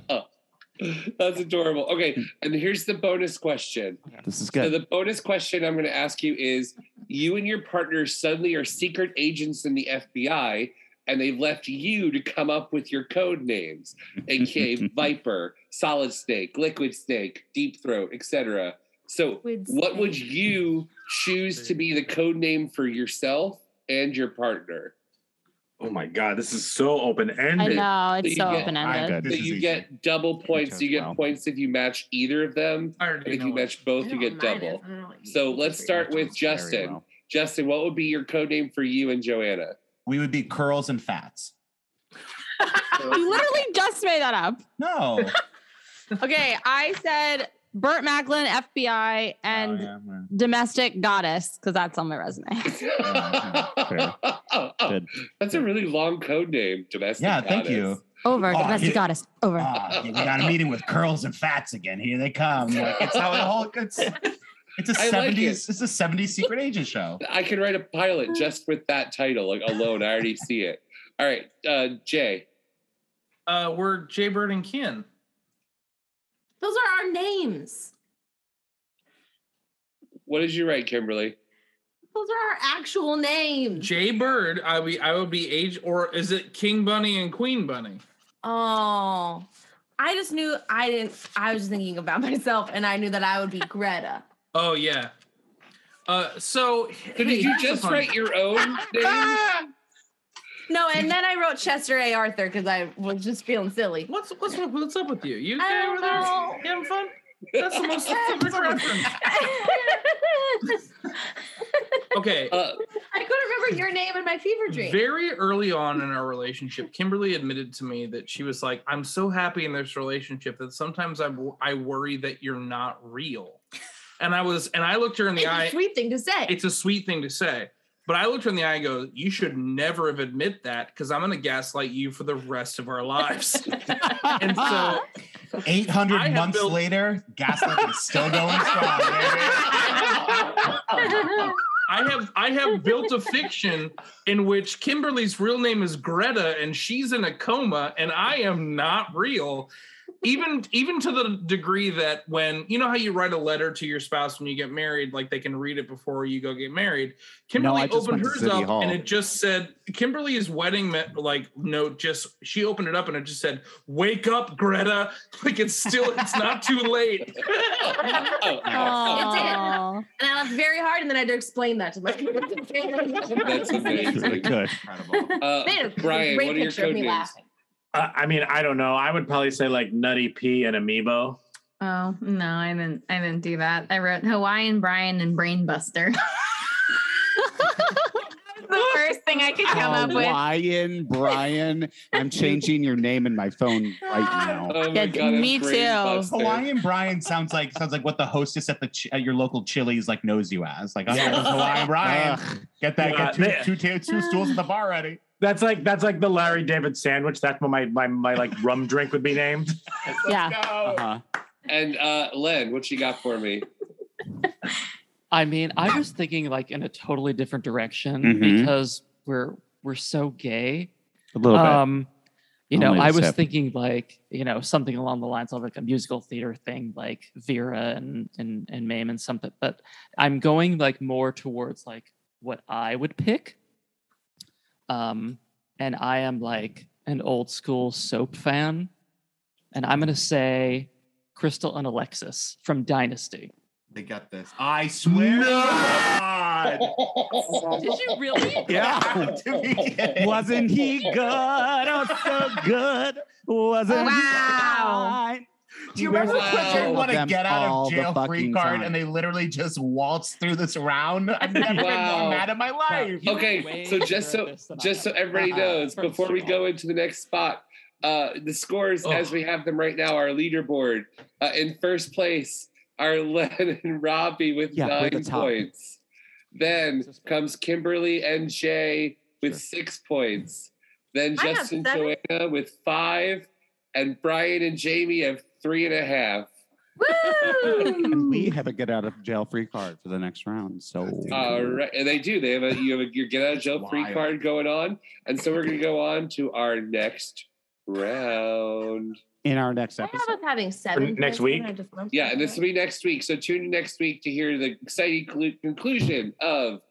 S7: That's adorable. Okay, and here's the bonus question.
S3: This is good.
S7: So the bonus question I'm going to ask you is: You and your partner suddenly are secret agents in the FBI, and they've left you to come up with your code names, aka Viper, Solid Snake, Liquid Snake, Deep Throat, etc. So,
S4: Liquid
S7: what would
S4: Snake.
S7: you choose to be the code name for yourself and your partner?
S15: Oh my god, this is so open ended.
S1: I know it's so open ended.
S7: So you get double points. You get points if you match either of them. And if you match both, you get double. So let's start with Justin. Justin, what would be your code name for you and Joanna?
S11: We would be curls and fats.
S1: You literally just made that up.
S11: No.
S1: Okay, I said Burt Macklin, FBI, and domestic goddess because that's on my resume.
S7: That's a really long code name, domestic.
S11: Yeah, thank
S7: goddess.
S11: you.
S1: Over,
S11: Oh,
S1: domestic
S11: yeah.
S1: goddess. Over.
S3: Uh,
S11: Ah, we got a meeting with curls and fats again. Here they come. Like, it's how it all it's it's a
S7: I like
S11: seventies. it's a seventies secret agent show.
S7: I can write a pilot just with that title like, alone. I already see it. All right, uh, Jay.
S6: Uh, we're Jay Bird and Ken.
S4: Those are our names.
S7: What did you write, Kimberly?
S4: Those are our actual names.
S6: Jay Bird, I be I would be age or is it King Bunny and Queen Bunny?
S4: Oh, I just knew I didn't. I was just thinking about myself, and I knew that I would be Greta.
S6: Oh yeah. Uh, so,
S7: did you just write your own
S6: Ah!
S4: no, and then I wrote Chester A. Arthur because I was just feeling silly.
S6: What's what's what's up with you? You
S4: I
S6: okay
S4: don't
S6: over there?
S4: know.
S6: You having fun? That's the most specific reference. Okay.
S4: I couldn't remember your name in my fever dream.
S6: Very early on in our relationship, Kimberly admitted to me that she was like, "I'm so happy in this relationship that sometimes I wo- I worry that you're not real." And I was, and I looked her in the
S4: It's a
S6: eye.
S4: sweet thing to say.
S6: It's a sweet thing to say, But I looked her in the eye and go, You should never have admit that because I'm going to gaslight you for the rest of our lives. and so
S3: 800
S6: I have
S3: months
S6: built-
S3: later, gaslighting is still going strong.
S6: I have I have built a fiction in which Kimberly's real name is Greta and she's in a coma and I am not real. Even even to the degree that when you know how you write a letter to your spouse when you get married, like they can read it before you go get married. Kimberly
S3: I just
S6: opened
S3: went to
S6: hers
S3: City
S6: up
S3: Hall.
S6: and it just said Kimberly's wedding met, like note just she opened it up and it just said, Wake up, Greta. Like it's still it's not too late. Oh,
S4: It did. And I laughed very hard, and then I had to explain that to my That's
S5: amazing.
S3: Good.
S7: Uh,
S4: They had a
S7: Brian,
S4: great
S7: what are your
S4: picture of
S7: code
S4: me
S7: names?
S4: laughing.
S15: Uh,
S5: I mean, I don't know. I would probably say like Nutty P and Amiibo.
S9: Oh no, I didn't. I didn't do that. I wrote Hawaiian Brian and Brainbuster. the first thing I could come
S3: Oh,
S9: up with.
S3: Hawaiian Brian. I'm changing your name in my phone right now.
S7: Oh my Yeah, God, me that's brain too. buster.
S3: Hawaiian Brian sounds like sounds like what the hostess at the ch- at your local Chili's like knows you as. Like, oh,
S5: Yeah.
S3: yeah. Hawaiian Brian.
S5: Ugh.
S3: Get that.
S5: Yeah,
S3: Get two,
S5: they-
S3: two, ta- two stools at the bar ready.
S5: That's like that's like the Larry David sandwich. That's what my my, my like rum drink would be named.
S1: yeah.
S5: Uh-huh.
S7: And uh, Len, what you got for me?
S10: I mean, I was thinking like in a totally different direction
S7: Mhm.
S10: because we're we're so gay.
S3: Mm-hmm.
S10: Um,
S3: A little bit.
S10: you know,
S3: Only
S10: I
S3: this
S10: was
S3: happened.
S10: thinking like, you know, something along the lines of like a musical theater thing, like Vera and and and Mame and something. But I'm going like more towards like what I would pick. Um, and I am like an old school soap fan, and I'm gonna say Crystal and Alexis from Dynasty.
S11: They got this. I swear. to God.
S10: Did you really?
S3: Yeah. Wasn't he good? Oh, so good. Wasn't wow.
S11: Do you remember
S3: Wow.
S11: when they want to
S3: Them
S11: get out
S3: all
S11: of
S3: the
S11: jail free
S3: fucking
S11: card
S3: time.
S11: and they literally just waltz through this round? I've never been more
S7: Wow.
S11: mad in my life.
S7: Okay, so just so just so everybody knows, before we go into the next spot, uh, the scores as we have them right now, our leaderboard uh, in first place are Len and Robbie with
S3: Yeah, we're the
S7: nine
S3: top.
S7: points. Then comes Kimberly and Jay with six points. Then
S4: I have
S7: Justin
S4: seven.
S7: Joanna with five, and Brian and Jamie have three and a half.
S3: And we have a get out of jail free card for the next round. So
S7: All right, and they do. They have a you have a your get out of jail free
S3: Wild.
S7: card going on, and so we're gonna go on to our next round.
S3: in our next
S4: I
S3: episode.
S4: have us having seven
S7: next
S4: points,
S7: week?
S4: and I just lumped
S7: Yeah, and this will be next week. So tune in next week to hear the exciting clu- conclusion of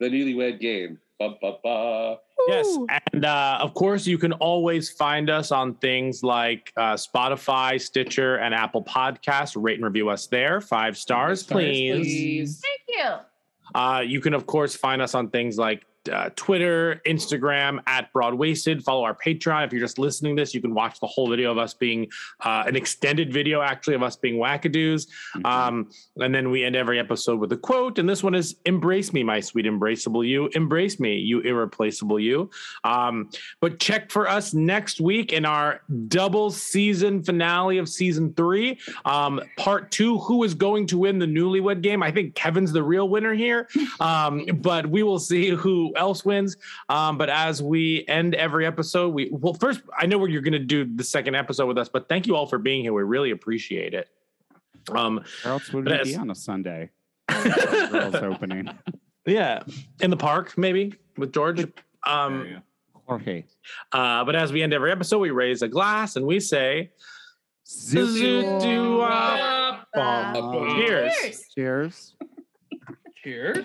S7: the newlywed game. Ba, ba, ba.
S5: Yes, and uh, of course, you can always find us on things like uh, Spotify, Stitcher, and Apple Podcasts. Rate and review us there, five stars, please.
S9: Thank you.
S5: Uh, you can, of course, find us on things like uh, Twitter, Instagram at Broadwasted. Follow our Patreon. If you're just listening to this, you can watch the whole video of us being uh, an extended video, actually, of us being wackadoos. Um, and then we end every episode with a quote. And this one is Embrace me, my sweet embraceable you. Embrace me, you irreplaceable you. Um, but check for us next week in our double season finale of season three, um, part two. Who is going to win the newlywed game? I think Kevin's the real winner here, um, but we will see who else wins. Um, but as we end every episode, we well, first, I know what you're going to do the second episode with us, but thank you all for being here. We really appreciate it. Um,
S3: Where else would
S5: but
S3: we
S5: as-
S3: be on a Sunday? girls opening.
S5: Yeah, in the park maybe with George. Um,
S3: Jorge.
S5: Uh, but as we end every episode, we raise a glass and we say, "Zoot-doo-wop." Cheers.
S3: Cheers.
S6: Cheers.